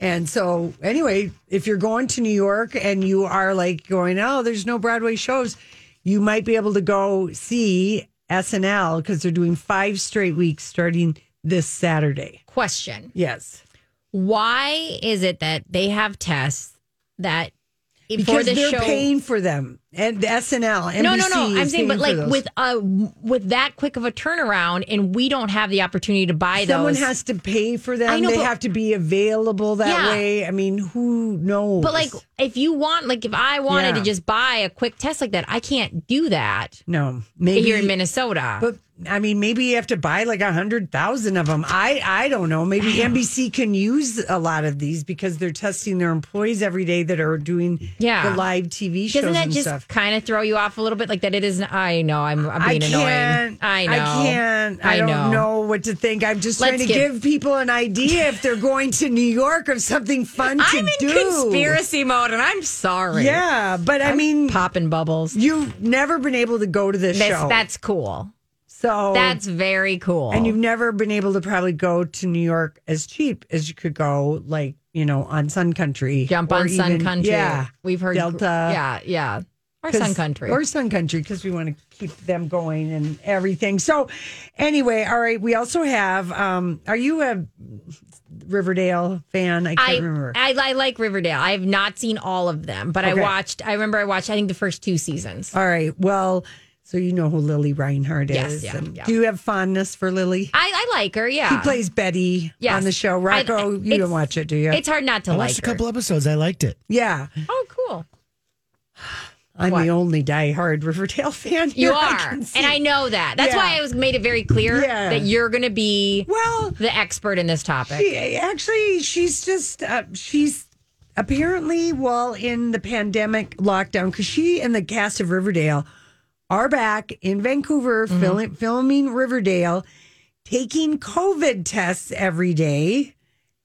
[SPEAKER 2] And so, anyway, if you're going to New York and you are like going, oh, there's no Broadway shows, you might be able to go see SNL because they're doing five straight weeks starting this Saturday.
[SPEAKER 3] Question:
[SPEAKER 2] Yes.
[SPEAKER 3] Why is it that they have tests that
[SPEAKER 2] because
[SPEAKER 3] for the
[SPEAKER 2] they're
[SPEAKER 3] show?
[SPEAKER 2] paying for them. and the SNL. NBC
[SPEAKER 3] no, no, no.
[SPEAKER 2] is
[SPEAKER 3] I'm saying, but
[SPEAKER 2] paying for
[SPEAKER 3] like
[SPEAKER 2] those.
[SPEAKER 3] with uh with that quick of a turnaround, and we don't have the opportunity to buy
[SPEAKER 2] someone
[SPEAKER 3] those.
[SPEAKER 2] has to pay for them.
[SPEAKER 3] I know,
[SPEAKER 2] they
[SPEAKER 3] but-
[SPEAKER 2] have to be available that
[SPEAKER 3] Yeah.
[SPEAKER 2] way. I mean, who knows?
[SPEAKER 3] but like, if you want, like, if I wanted to
[SPEAKER 2] Yeah.
[SPEAKER 3] just buy a quick test like that, I can't do that
[SPEAKER 2] no, maybe
[SPEAKER 3] here in Minnesota.
[SPEAKER 2] But I mean, maybe you have to buy like a hundred thousand of them. I I don't know. Maybe NBC can use a lot of these because they're testing their employees every day that are doing
[SPEAKER 3] Yeah.
[SPEAKER 2] the live TV shows
[SPEAKER 3] Doesn't that
[SPEAKER 2] and
[SPEAKER 3] just
[SPEAKER 2] stuff.
[SPEAKER 3] kind of throw you off a little bit? Like that it isn't. I know I'm, I'm
[SPEAKER 2] I
[SPEAKER 3] being
[SPEAKER 2] can't.
[SPEAKER 3] annoying. I know.
[SPEAKER 2] I can't. I, don't know. what to think. I'm just trying
[SPEAKER 3] Let's
[SPEAKER 2] to
[SPEAKER 3] get-
[SPEAKER 2] give people an idea if they're going to New York of something fun to
[SPEAKER 3] I'm in
[SPEAKER 2] do.
[SPEAKER 3] conspiracy mode, and I'm sorry.
[SPEAKER 2] Yeah, but I
[SPEAKER 3] I'm
[SPEAKER 2] mean,
[SPEAKER 3] popping bubbles.
[SPEAKER 2] you've never been able to go to this
[SPEAKER 3] That's,
[SPEAKER 2] show.
[SPEAKER 3] that's cool.
[SPEAKER 2] so
[SPEAKER 3] That's very cool.
[SPEAKER 2] Oh. and you've never been able to probably go to New York as cheap as you could go, like you know, on Sun Country,
[SPEAKER 3] jump
[SPEAKER 2] or
[SPEAKER 3] on Sun
[SPEAKER 2] even-
[SPEAKER 3] Country.
[SPEAKER 2] yeah,
[SPEAKER 3] we've heard
[SPEAKER 2] Delta.
[SPEAKER 3] Yeah, yeah, or
[SPEAKER 2] 'Cause-
[SPEAKER 3] Sun Country.
[SPEAKER 2] Or Sun Country, because we want to keep them going and everything. So, anyway, all right. We also have, um, are you a Riverdale fan? I can't
[SPEAKER 3] I,
[SPEAKER 2] remember.
[SPEAKER 3] I I like Riverdale. I have not seen all of them, but I
[SPEAKER 2] Okay. Oh.
[SPEAKER 3] watched. I remember I watched. I think the first two seasons.
[SPEAKER 2] all right. Well, so you know who Lily Reinhardt is.
[SPEAKER 3] Yes, yeah,
[SPEAKER 2] and
[SPEAKER 3] yeah.
[SPEAKER 2] Do you have fondness for Lily?
[SPEAKER 3] I, I like her. Yeah,
[SPEAKER 2] He plays Betty
[SPEAKER 3] Yes.
[SPEAKER 2] on the show.
[SPEAKER 3] I-
[SPEAKER 2] Rocco, you
[SPEAKER 3] it's-
[SPEAKER 2] don't watch it, do you?
[SPEAKER 3] It's hard not to
[SPEAKER 1] I
[SPEAKER 3] like
[SPEAKER 1] watched
[SPEAKER 3] her.
[SPEAKER 1] a couple episodes. I liked it.
[SPEAKER 2] yeah.
[SPEAKER 3] oh, cool.
[SPEAKER 2] I'm
[SPEAKER 3] What?
[SPEAKER 2] the only diehard Riverdale fan.
[SPEAKER 3] You
[SPEAKER 2] here, I
[SPEAKER 3] are,
[SPEAKER 2] can see.
[SPEAKER 3] and I know that. That's
[SPEAKER 2] Yeah.
[SPEAKER 3] why I was made it very clear
[SPEAKER 2] Yeah.
[SPEAKER 3] that you're going to be
[SPEAKER 2] Well,
[SPEAKER 3] the expert in this topic.
[SPEAKER 2] She, actually, she's just uh, she's apparently while in the pandemic lockdown because she and the cast of Riverdale are back in Vancouver
[SPEAKER 3] Mm-hmm.
[SPEAKER 2] fil- filming Riverdale, taking COVID tests every day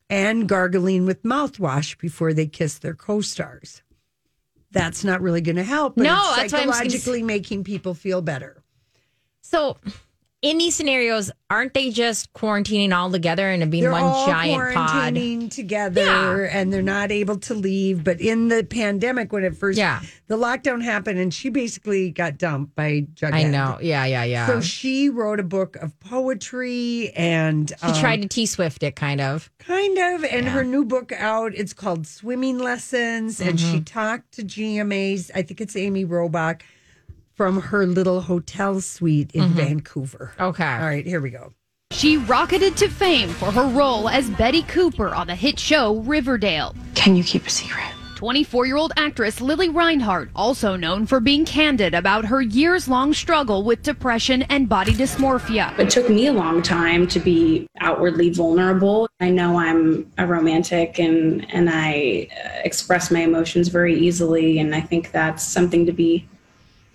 [SPEAKER 2] and gargling with mouthwash before they kiss their co-stars. That's not really going to help. But
[SPEAKER 3] No,
[SPEAKER 2] it's
[SPEAKER 3] that's why I'm-
[SPEAKER 2] psychologically making people feel better.
[SPEAKER 3] So, in these scenarios, aren't they just quarantining all together and being
[SPEAKER 2] They're
[SPEAKER 3] one
[SPEAKER 2] all
[SPEAKER 3] giant pod?
[SPEAKER 2] quarantining together
[SPEAKER 3] Yeah.
[SPEAKER 2] and they're not able to leave. But in the pandemic, when it first,
[SPEAKER 3] Yeah.
[SPEAKER 2] the lockdown happened and she basically got dumped by Jughead.
[SPEAKER 3] I know. Yeah, yeah, yeah.
[SPEAKER 2] So she wrote a book of poetry and um,
[SPEAKER 3] She tried to T Swift it, kind of.
[SPEAKER 2] kind of, and her new book out, it's called Swimming Lessons. And
[SPEAKER 3] Mm-hmm.
[SPEAKER 2] she talked to GMA's, I think it's Amy Robach, from her little hotel suite in Vancouver.
[SPEAKER 3] Mm-hmm. Okay.
[SPEAKER 2] All right, here we go.
[SPEAKER 8] She rocketed to fame for her role as Betty Cooper on the hit show Riverdale.
[SPEAKER 9] Can you keep a secret?
[SPEAKER 8] 24 year old actress Lily Reinhardt, also known for being candid about her years long struggle with depression and body dysmorphia.
[SPEAKER 9] It took me a long time to be outwardly vulnerable. I know I'm a romantic and and I uh, express my emotions very easily and I think that's something to be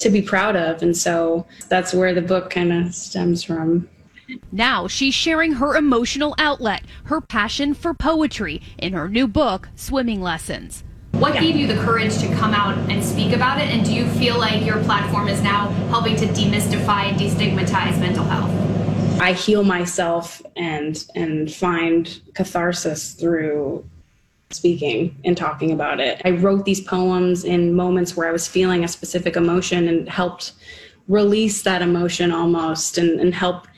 [SPEAKER 9] to be proud of and so that's where the book kind of stems from.
[SPEAKER 8] Now she's sharing her emotional outlet, her passion for poetry, in her new book, Swimming Lessons.
[SPEAKER 10] What gave you the courage to come out and speak about it? And do you feel like your platform is now helping to demystify and destigmatize mental health?
[SPEAKER 9] I heal myself and and find catharsis through speaking and talking about it. I wrote these poems in moments where I was feeling a specific emotion and helped release that emotion almost and, and help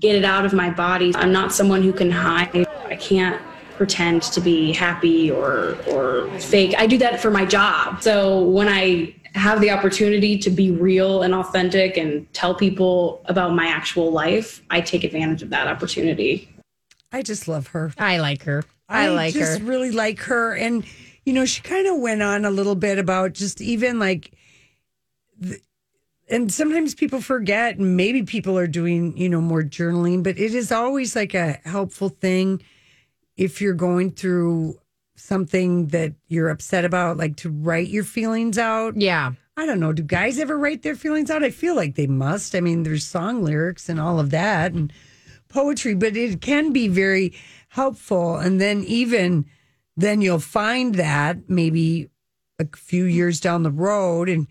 [SPEAKER 9] get it out of my body. I'm not someone who can hide. I can't pretend to be happy or or fake. I do that for my job. So when I have the opportunity to be real and authentic and tell people about my actual life, I take advantage of that opportunity.
[SPEAKER 2] I just love her.
[SPEAKER 3] I like her. I, like her.
[SPEAKER 2] just really like her. And, you know, she kind of went on a little bit about just even like, th- and sometimes people forget, and maybe people are doing, you know, more journaling, but it is always like a helpful thing if you're going through something that you're upset about, like to write your feelings out.
[SPEAKER 3] Yeah.
[SPEAKER 2] I don't know. Do guys ever write their feelings out? I feel like they must. I mean, there's song lyrics and all of that and poetry, but it can be very helpful. And then even then you'll find that maybe a few years down the road and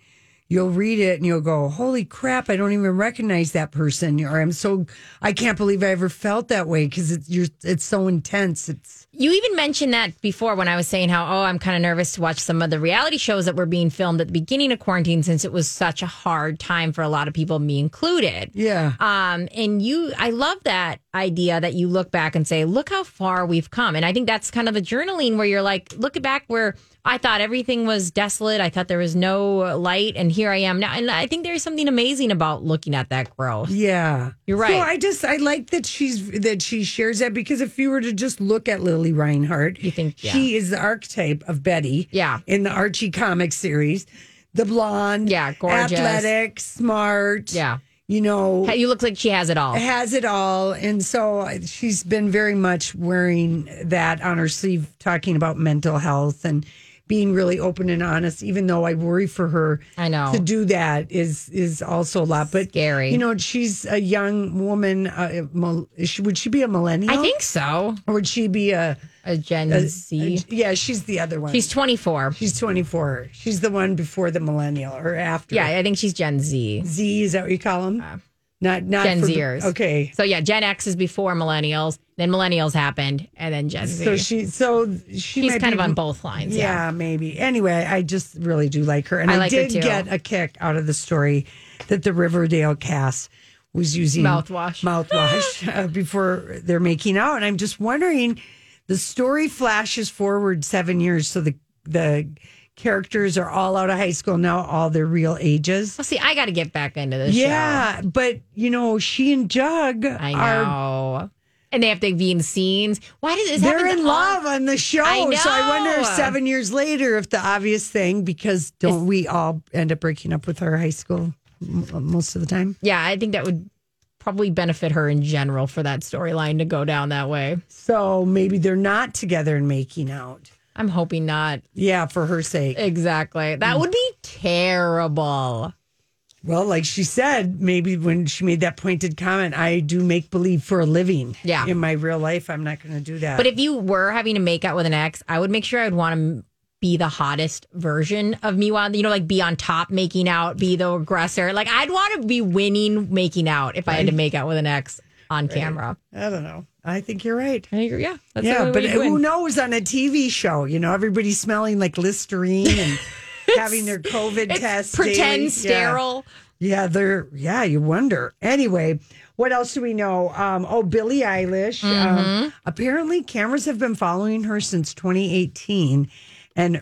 [SPEAKER 2] you'll read it and you'll go, "Holy crap, I don't even recognize that person." Or I'm so I can't believe I ever felt that way because it's you're it's so intense. It's
[SPEAKER 3] You even mentioned that before when I was saying how, oh, I'm kind of nervous to watch some of the reality shows that were being filmed at the beginning of quarantine since it was such a hard time for a lot of people, me included.
[SPEAKER 2] Yeah.
[SPEAKER 3] Um, and you, I love that idea that you look back and say, look how far we've come. And I think that's kind of the journaling where you're like, look back where I thought everything was desolate. I thought there was no light. And here I am now. And I think there's something amazing about looking at that growth.
[SPEAKER 2] Yeah.
[SPEAKER 3] You're right.
[SPEAKER 2] So I just I like that she's that she shares that because if you were to just look at Lily Reinhardt,
[SPEAKER 3] you think yeah.
[SPEAKER 2] she is the archetype of Betty.
[SPEAKER 3] Yeah.
[SPEAKER 2] In the Archie comic series, the blonde,
[SPEAKER 3] yeah, gorgeous,
[SPEAKER 2] athletic, smart,
[SPEAKER 3] yeah.
[SPEAKER 2] You know,
[SPEAKER 3] you look like she has it all.
[SPEAKER 2] Has it all, and so she's been very much wearing that on her sleeve, talking about mental health and being really open and honest, even though I worry for her.
[SPEAKER 3] I know
[SPEAKER 2] to do that is is also a lot, but
[SPEAKER 3] Scary.
[SPEAKER 2] You know, she's a young woman. Uh, mil- is she- would she be a millennial?
[SPEAKER 3] I think so.
[SPEAKER 2] Or would she be a
[SPEAKER 3] A Gen
[SPEAKER 2] a-
[SPEAKER 3] Z.
[SPEAKER 2] a- yeah, she's the other one.
[SPEAKER 3] She's 24.
[SPEAKER 2] She's twenty four. She's the one before the millennial or after.
[SPEAKER 3] Yeah, I think she's Gen Z.
[SPEAKER 2] Z is that what you call them? not not
[SPEAKER 3] Gen
[SPEAKER 2] for-
[SPEAKER 3] Zers.
[SPEAKER 2] Okay,
[SPEAKER 3] So yeah, Gen X is before millennials. Then millennials happened, and then Gen Z.
[SPEAKER 2] so she so she
[SPEAKER 3] She's
[SPEAKER 2] might
[SPEAKER 3] kind
[SPEAKER 2] be-
[SPEAKER 3] of on both lines.
[SPEAKER 2] Yeah,
[SPEAKER 3] Yeah.
[SPEAKER 2] maybe. Anyway, I just really do like her, and
[SPEAKER 3] I
[SPEAKER 2] I,
[SPEAKER 3] like her
[SPEAKER 2] did
[SPEAKER 3] too.
[SPEAKER 2] get a kick out of the story that the Riverdale cast was using
[SPEAKER 3] Mouthwash.
[SPEAKER 2] mouthwash uh, before they're making out, and I'm just wondering. The story flashes forward seven years, so the the characters are all out of high school now, all their real ages.
[SPEAKER 3] Well, see, I got to get back into this. show.
[SPEAKER 2] Yeah, but you know, she and Jug
[SPEAKER 3] I
[SPEAKER 2] are
[SPEAKER 3] know. And they have to be in scenes. Why does this
[SPEAKER 2] They're
[SPEAKER 3] happen to
[SPEAKER 2] in
[SPEAKER 3] all-
[SPEAKER 2] love on the show.
[SPEAKER 3] I
[SPEAKER 2] So I wonder if
[SPEAKER 3] know.
[SPEAKER 2] seven years later, if the obvious thing, because don't we all end up breaking up with our high school m- most of the time?
[SPEAKER 3] Yeah, I think that would probably benefit her in general for that storyline to go down that way.
[SPEAKER 2] So maybe they're not together and making out.
[SPEAKER 3] I'm hoping not.
[SPEAKER 2] Yeah, for her sake.
[SPEAKER 3] Exactly.
[SPEAKER 2] Mm.
[SPEAKER 3] That would be terrible.
[SPEAKER 2] Well, like she said, maybe when she made that pointed comment, I do make believe for a living.
[SPEAKER 3] Yeah.
[SPEAKER 2] In my real life, I'm not going to do that.
[SPEAKER 3] But if you were having to make out with an ex, I would make sure I would want to be the hottest version of me. While you know, like be on top, making out, be the aggressor. Like I'd want to be winning, making out if I had to make out with an ex on camera.
[SPEAKER 2] I don't know. I think you're right.
[SPEAKER 3] I agree. Yeah, that's the
[SPEAKER 2] yeah,
[SPEAKER 3] only
[SPEAKER 2] but
[SPEAKER 3] way you
[SPEAKER 2] who
[SPEAKER 3] win.
[SPEAKER 2] knows on a TV show? You know, everybody's smelling like Listerine and having their COVID tests.
[SPEAKER 3] pretend
[SPEAKER 2] daily. Yeah.
[SPEAKER 3] sterile.
[SPEAKER 2] Yeah, they're yeah, you wonder. Anyway, what else do we know? Um, oh, Billie Eilish.
[SPEAKER 3] Mm-hmm.
[SPEAKER 2] Um, apparently, cameras have been following her since 2018, and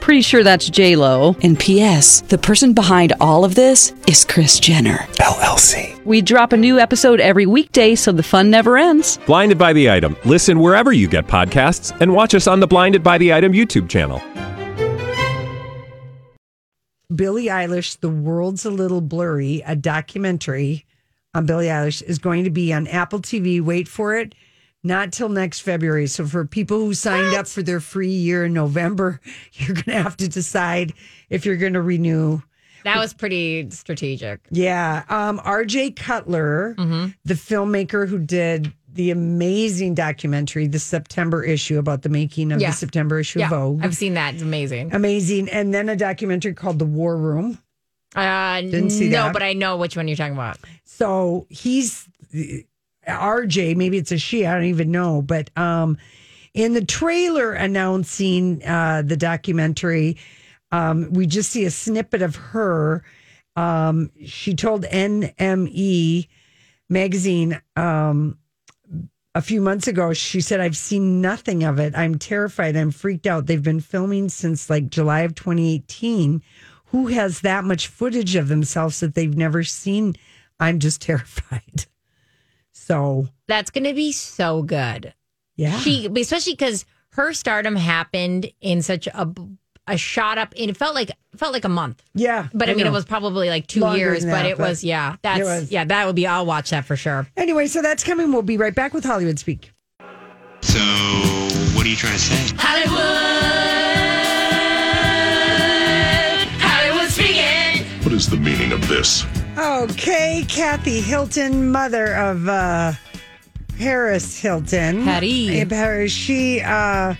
[SPEAKER 11] Pretty sure that's J Lo. And P.S. The person behind all of this is Chris Jenner
[SPEAKER 12] LLC.
[SPEAKER 11] We drop a new episode every weekday, so the fun never ends.
[SPEAKER 12] Blinded by the item. Listen wherever you get podcasts, and watch us on the Blinded by the Item YouTube channel.
[SPEAKER 2] Billie Eilish, The World's a Little Blurry, a documentary on Billie Eilish, is going to be on Apple TV. Wait for it. Not till next February. So, for people who signed up for their free year in November, you're going to have to decide if you're going to renew.
[SPEAKER 3] That was pretty strategic.
[SPEAKER 2] Yeah. Um, RJ Cutler,
[SPEAKER 3] Mm-hmm.
[SPEAKER 2] the filmmaker who did the amazing documentary, the September issue about the making of
[SPEAKER 3] Yeah.
[SPEAKER 2] the September issue
[SPEAKER 3] Yeah,
[SPEAKER 2] of Vogue.
[SPEAKER 3] I've seen that. It's amazing.
[SPEAKER 2] amazing. And then a documentary called The War Room.
[SPEAKER 3] Uh,
[SPEAKER 2] Didn't see
[SPEAKER 3] no,
[SPEAKER 2] that.
[SPEAKER 3] but I know which one you're talking about.
[SPEAKER 2] So he's RJ, maybe it's a she, I don't even know, but um in the trailer announcing uh the documentary, um we just see a snippet of her. Um she told NME magazine um a few months ago she said I've seen nothing of it. I'm terrified. I'm freaked out. They've been filming since like July of 2018. Who has that much footage of themselves that they've never seen? I'm just terrified. So,
[SPEAKER 3] That's going to be so good.
[SPEAKER 2] yeah.
[SPEAKER 3] She, especially because her stardom happened in such a b- a shot up, and it felt like felt like a month.
[SPEAKER 2] yeah.
[SPEAKER 3] But I, mean, it
[SPEAKER 2] know.
[SPEAKER 3] was probably like two
[SPEAKER 2] Longer
[SPEAKER 3] years.
[SPEAKER 2] than
[SPEAKER 3] but
[SPEAKER 2] that,
[SPEAKER 3] it
[SPEAKER 2] but
[SPEAKER 3] was yeah. That's
[SPEAKER 2] was-
[SPEAKER 3] yeah. That would be. I'll watch that for sure.
[SPEAKER 2] Anyway, so that's coming. We'll be right back with Hollywood Speak.
[SPEAKER 13] So, what are you trying to say?
[SPEAKER 7] Hollywood. Hollywood speaking.
[SPEAKER 14] What is the meaning of this?
[SPEAKER 2] Okay, Kathy Hilton, mother of uh Paris Hilton.
[SPEAKER 3] Patty.
[SPEAKER 2] Eh, Paris. She uh,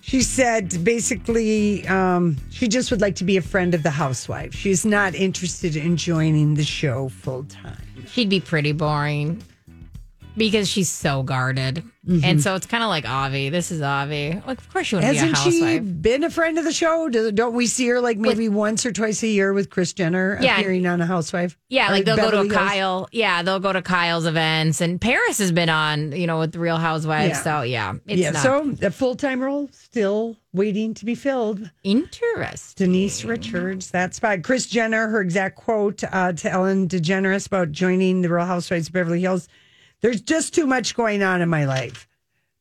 [SPEAKER 2] she said basically um, she just would like to be a friend of the housewife. She's not interested in joining the show full time.
[SPEAKER 3] She'd be pretty boring because she's so guarded.
[SPEAKER 2] Mhm.
[SPEAKER 3] And so it's kind of like Avi. This is Avi. Like, of course you want to be a
[SPEAKER 2] Hasn't she
[SPEAKER 3] housewife.
[SPEAKER 2] been a friend of the show? Do, don't we see her like maybe once or twice a year with Chris Jenner
[SPEAKER 3] Yeah.
[SPEAKER 2] appearing on a housewife?
[SPEAKER 3] yeah, like
[SPEAKER 2] Or
[SPEAKER 3] they'll go
[SPEAKER 2] Beverly
[SPEAKER 3] to
[SPEAKER 2] Hills?
[SPEAKER 3] Kyle. Yeah, they'll go to Kyle's events. And Paris has been on, you know, with the Real Housewives.
[SPEAKER 2] Yeah.
[SPEAKER 3] So yeah, it's
[SPEAKER 2] yeah,
[SPEAKER 3] not.
[SPEAKER 2] so a full time role still waiting to be filled.
[SPEAKER 3] Interesting.
[SPEAKER 2] Denise Richards, that spot. Chris Jenner, her exact quote uh, to Ellen DeGeneres about joining the Real Housewives of Beverly Hills. There's just too much going on in my life.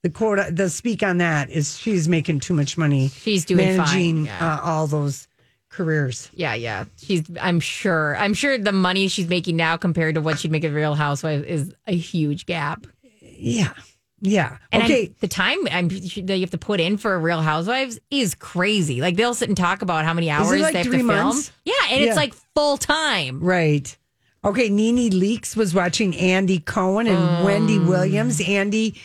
[SPEAKER 2] The quote, the speak on that is she's making too much money.
[SPEAKER 3] She's doing fine,
[SPEAKER 2] managing
[SPEAKER 3] yeah.
[SPEAKER 2] uh, all those careers.
[SPEAKER 3] yeah, yeah. She's. I'm sure. I'm sure the money she's making now compared to what she'd make at Real Housewives is a huge gap.
[SPEAKER 2] Yeah, yeah.
[SPEAKER 3] And
[SPEAKER 2] okay,
[SPEAKER 3] I'm, the time I'm, that you have to put in for Real Housewives is crazy. Like they'll sit and talk about how many
[SPEAKER 2] it
[SPEAKER 3] hours
[SPEAKER 2] like
[SPEAKER 3] they have
[SPEAKER 2] three
[SPEAKER 3] to
[SPEAKER 2] months?
[SPEAKER 3] film. Yeah, and
[SPEAKER 2] Yeah.
[SPEAKER 3] it's like full time.
[SPEAKER 2] Right. Okay, Nene Leaks was watching Andy Cohen and Wendy Williams. Andy,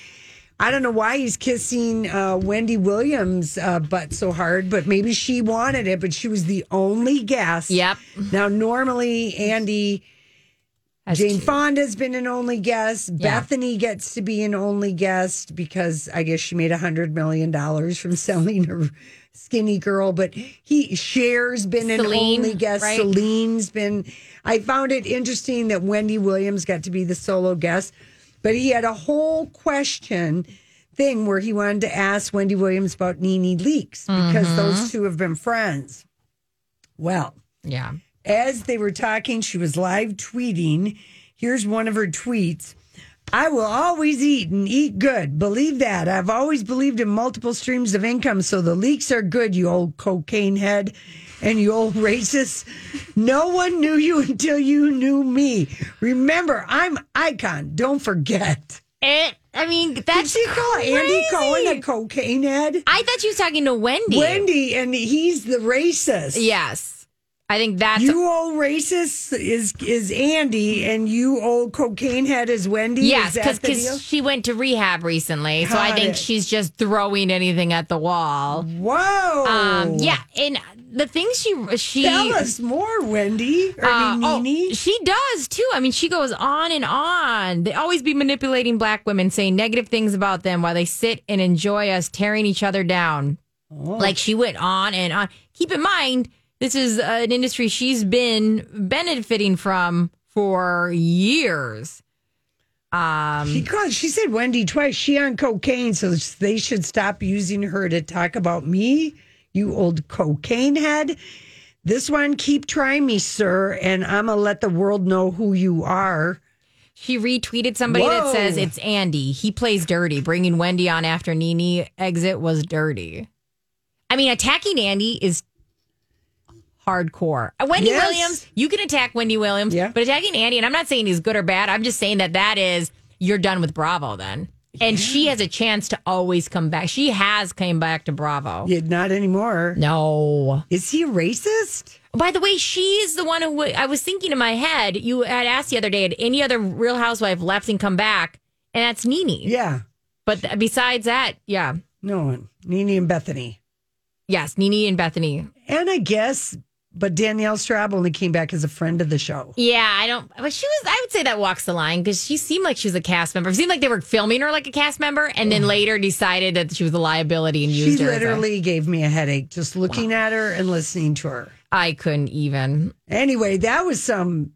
[SPEAKER 2] I don't know why he's kissing uh, Wendy Williams' uh, butt so hard, but maybe she wanted it, but she was the only guest.
[SPEAKER 3] Yep.
[SPEAKER 2] Now, normally, Andy, Jane Fonda's been an only guest.
[SPEAKER 3] Yeah.
[SPEAKER 2] Bethany gets to be an only guest because I guess she made a $100 million from selling her skinny girl, but he Cher's been an
[SPEAKER 3] Celine,
[SPEAKER 2] only guest.
[SPEAKER 3] right?
[SPEAKER 2] Celine's been. I found it interesting that Wendy Williams got to be the solo guest, but he had a whole question thing where he wanted to ask Wendy Williams about Nene Leaks because
[SPEAKER 3] Mhm.
[SPEAKER 2] those two have been friends. Well,
[SPEAKER 3] Yeah.
[SPEAKER 2] as they were talking, she was live tweeting. Here's one of her tweets. I will always eat and eat good. Believe that. I've always believed in multiple streams of income, so the leaks are good, you old cocaine head and you old racist. No one knew you until you knew me. Remember, I'm icon. Don't forget.
[SPEAKER 3] It. I mean, that's
[SPEAKER 2] Did she call Andy
[SPEAKER 3] crazy.
[SPEAKER 2] Cohen a cocaine head?
[SPEAKER 3] I thought she was talking to Wendy.
[SPEAKER 2] Wendy, and he's the racist.
[SPEAKER 3] Yes. I think that's
[SPEAKER 2] you old racist is is Andy, and you old cocaine head is Wendy.
[SPEAKER 3] yes
[SPEAKER 2] Is that the deal?
[SPEAKER 3] because she went to rehab recently, so I
[SPEAKER 2] Got
[SPEAKER 3] think
[SPEAKER 2] it.
[SPEAKER 3] she's just throwing anything at the wall.
[SPEAKER 2] whoa,
[SPEAKER 3] Um, yeah, and the things she she
[SPEAKER 2] Tell us more, Wendy. Or I mean,
[SPEAKER 3] Uh, oh,
[SPEAKER 2] Nene.
[SPEAKER 3] she does too. I mean, she goes on and on. They always be manipulating black women, saying negative things about them while they sit and enjoy us tearing each other down. Like she went on and on. Keep in mind, this is an industry she's been benefiting from for years. Um,
[SPEAKER 2] She called. She said Wendy twice. She on cocaine, so they should stop using her to talk about me. You old cocaine head. This one, keep trying me, sir, and I'm gonna let the world know who you are.
[SPEAKER 3] She retweeted somebody
[SPEAKER 2] Whoa.
[SPEAKER 3] that says it's Andy. He plays dirty. Bringing Wendy on after Nene exit was dirty. I mean, attacking Andy is hardcore. Uh, Wendy
[SPEAKER 2] Yes.
[SPEAKER 3] Williams, you can attack Wendy Williams, but attacking Andy, and I'm not saying he's good or bad. I'm just saying that that is you're done with Bravo then. And she has a chance to always come back. She has came back to Bravo.
[SPEAKER 2] Yeah, not anymore.
[SPEAKER 3] No.
[SPEAKER 2] Is he a racist?
[SPEAKER 3] By the way, she's the one who I was thinking in my head. You had asked the other day, had any other Real Housewife left and come back? And that's Nene.
[SPEAKER 2] Yeah.
[SPEAKER 3] But th- besides that, yeah,
[SPEAKER 2] No one. Nene and Bethany.
[SPEAKER 3] yes, Nene and Bethany.
[SPEAKER 2] And I guess, but Danielle Straub only came back as a friend of the show.
[SPEAKER 3] Yeah, I don't. But she was. I would say that walks the line because she seemed like she was a cast member. It seemed like they were filming her like a cast member, and then later decided that she was a liability and
[SPEAKER 2] She
[SPEAKER 3] used her. as a-
[SPEAKER 2] literally gave me a headache just looking at her and listening to her.
[SPEAKER 3] I couldn't even.
[SPEAKER 2] Anyway, that was some.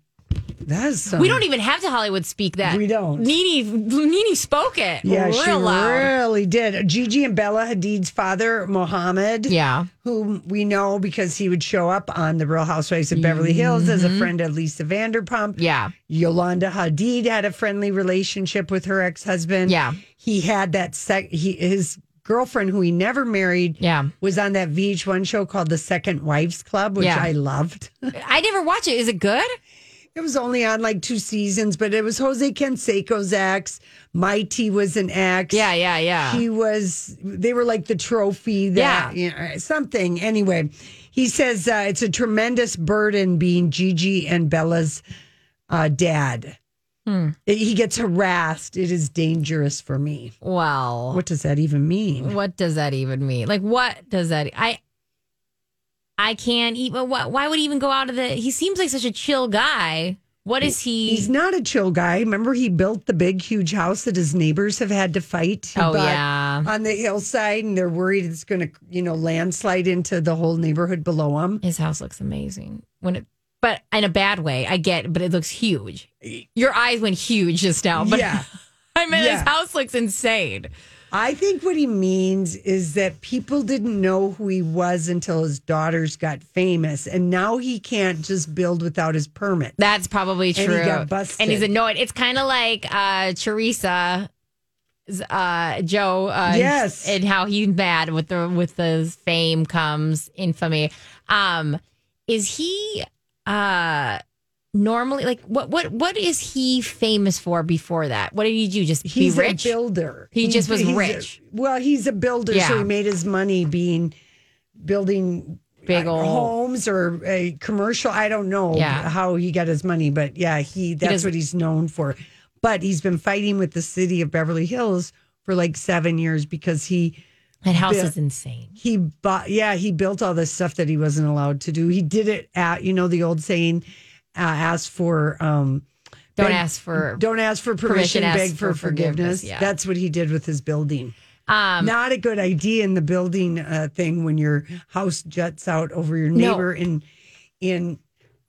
[SPEAKER 2] That was some.
[SPEAKER 3] we don't even have to Hollywood speak that.
[SPEAKER 2] We don't.
[SPEAKER 3] Nene Nene spoke it.
[SPEAKER 2] Yeah,
[SPEAKER 3] real
[SPEAKER 2] she
[SPEAKER 3] loud.
[SPEAKER 2] really did. Gigi and Bella Hadid's father, Mohammed.
[SPEAKER 3] Yeah.
[SPEAKER 2] Whom we know because he would show up on The Real Housewives of Beverly Hills as a friend of Lisa Vanderpump.
[SPEAKER 3] Mm-hmm. Yeah.
[SPEAKER 2] Yolanda Hadid had a friendly relationship with her ex husband.
[SPEAKER 3] Yeah.
[SPEAKER 2] He had that sec, he, his girlfriend, who he never married,
[SPEAKER 3] Yeah.
[SPEAKER 2] was on that VH1 show called The Second Wives Club, which
[SPEAKER 3] Yeah.
[SPEAKER 2] I loved.
[SPEAKER 3] I never watched it. Is it good?
[SPEAKER 2] It was only on like two seasons, but it was Jose Canseco's ex. Mighty was an ex.
[SPEAKER 3] Yeah, yeah, yeah.
[SPEAKER 2] He was, they were like the trophy that, yeah. something. Anyway, he says uh, it's a tremendous burden being Gigi and Bella's uh, dad.
[SPEAKER 3] Hmm.
[SPEAKER 2] It- He gets harassed. It is dangerous for me.
[SPEAKER 3] Wow.
[SPEAKER 2] What does that even mean?
[SPEAKER 3] What does that even mean? Like, what does that? I I can't even. What? Why would he even go out of the? He seems like such a chill guy. What is he?
[SPEAKER 2] He's not a chill guy. Remember, he built the big, huge house that his neighbors have had to fight. He
[SPEAKER 3] Oh,
[SPEAKER 2] bought
[SPEAKER 3] yeah.
[SPEAKER 2] on the hillside, and they're worried it's going to, you know, landslide into the whole neighborhood below him.
[SPEAKER 3] His house looks amazing when it, but in a bad way. I get, but it looks huge. Your eyes went huge just now. Oh, But
[SPEAKER 2] Yeah.
[SPEAKER 3] I mean,
[SPEAKER 2] Yeah.
[SPEAKER 3] his house looks insane.
[SPEAKER 2] I think what he means is that people didn't know who he was until his daughters got famous, and now he can't just build without his permit.
[SPEAKER 3] That's probably
[SPEAKER 2] And he
[SPEAKER 3] true.
[SPEAKER 2] got busted.
[SPEAKER 3] And he's annoyed. It's kind of like uh, Teresa, uh, Joe. Uh,
[SPEAKER 2] Yes.
[SPEAKER 3] and how he's mad with the with the fame comes infamy. Um, is he uh normally like what what what is he famous for before that? What did he do? Just
[SPEAKER 2] He's
[SPEAKER 3] be rich.
[SPEAKER 2] a builder.
[SPEAKER 3] He just was
[SPEAKER 2] he's a-
[SPEAKER 3] rich.
[SPEAKER 2] well, he's a builder, so
[SPEAKER 3] Yeah.
[SPEAKER 2] he made his money being building
[SPEAKER 3] Big
[SPEAKER 2] uh,
[SPEAKER 3] ol'
[SPEAKER 2] homes or a commercial. I don't know
[SPEAKER 3] Yeah.
[SPEAKER 2] how he got his money, but yeah, he that's
[SPEAKER 3] does-
[SPEAKER 2] what he's known for. But he's been fighting with the city of Beverly Hills for like seven years because he
[SPEAKER 3] That house
[SPEAKER 2] built-
[SPEAKER 3] is insane.
[SPEAKER 2] he bought yeah he built all this stuff that he wasn't allowed to do he did it at you know the old saying uh, ask for um
[SPEAKER 3] Don't ask for-
[SPEAKER 2] don't ask for permission,
[SPEAKER 3] permission, ask
[SPEAKER 2] beg for,
[SPEAKER 3] for
[SPEAKER 2] forgiveness,
[SPEAKER 3] forgiveness, yeah.
[SPEAKER 2] that's what he did with his building
[SPEAKER 3] Um,
[SPEAKER 2] not a good idea in the building uh, thing when your house jets out over your
[SPEAKER 3] No.
[SPEAKER 2] neighbor in in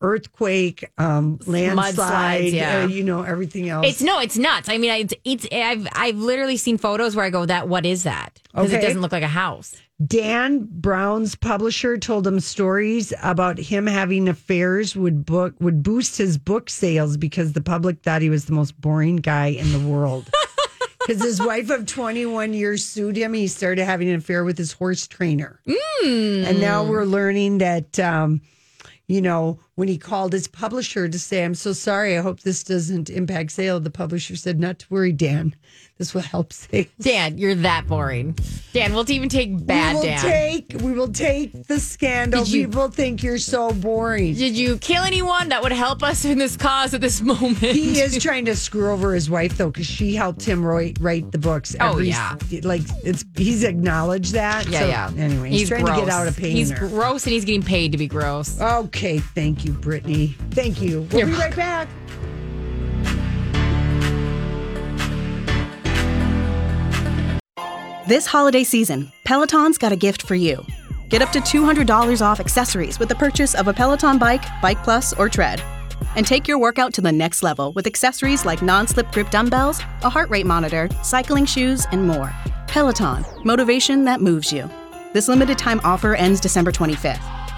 [SPEAKER 2] earthquake um landslide
[SPEAKER 3] yeah.
[SPEAKER 2] uh, you know everything else
[SPEAKER 3] It's no, it's nuts. I mean, I- it's, it's I've I've literally seen photos where I go, that what is that? Because it
[SPEAKER 2] Okay.
[SPEAKER 3] doesn't look like a house.
[SPEAKER 2] Dan Brown's publisher told him stories about him having affairs would book would boost his book sales because the public thought he was the most boring guy in the world. Because his wife of 21 years sued him, he started having an affair with his horse trainer. And now we're learning that, um, you know, when he called his publisher to say, I'm so sorry, I hope this doesn't impact sale, the publisher said, Not to worry, Dan, this will help sales.
[SPEAKER 3] Dan, you're that boring. Dan, we'll even take bad
[SPEAKER 2] we will
[SPEAKER 3] Dan.
[SPEAKER 2] take we will take the scandal.
[SPEAKER 3] Did you-
[SPEAKER 2] People think you're so boring.
[SPEAKER 3] Did you kill anyone that would help us in this cause at this moment?
[SPEAKER 2] He is trying to screw over his wife though, because she helped him write, write the books.
[SPEAKER 3] Oh, yeah.
[SPEAKER 2] like it's he's acknowledged that.
[SPEAKER 3] Yeah,
[SPEAKER 2] So,
[SPEAKER 3] yeah.
[SPEAKER 2] Anyway, he's, trying to get
[SPEAKER 3] gross.
[SPEAKER 2] out of pain.
[SPEAKER 3] He's
[SPEAKER 2] there.
[SPEAKER 3] gross and he's getting paid to be gross.
[SPEAKER 2] okay. Thank you, Brittany. Thank you. We'll
[SPEAKER 3] You're
[SPEAKER 2] be right back.
[SPEAKER 14] This holiday season, Peloton's got a gift for you. Get up to $200 off accessories with the purchase of a Peloton bike, Bike Plus, or Tread. And take your workout to the next level with accessories like non slip grip dumbbells, a heart rate monitor, cycling shoes, and more. Peloton, motivation that moves you. This limited time offer ends December 25th.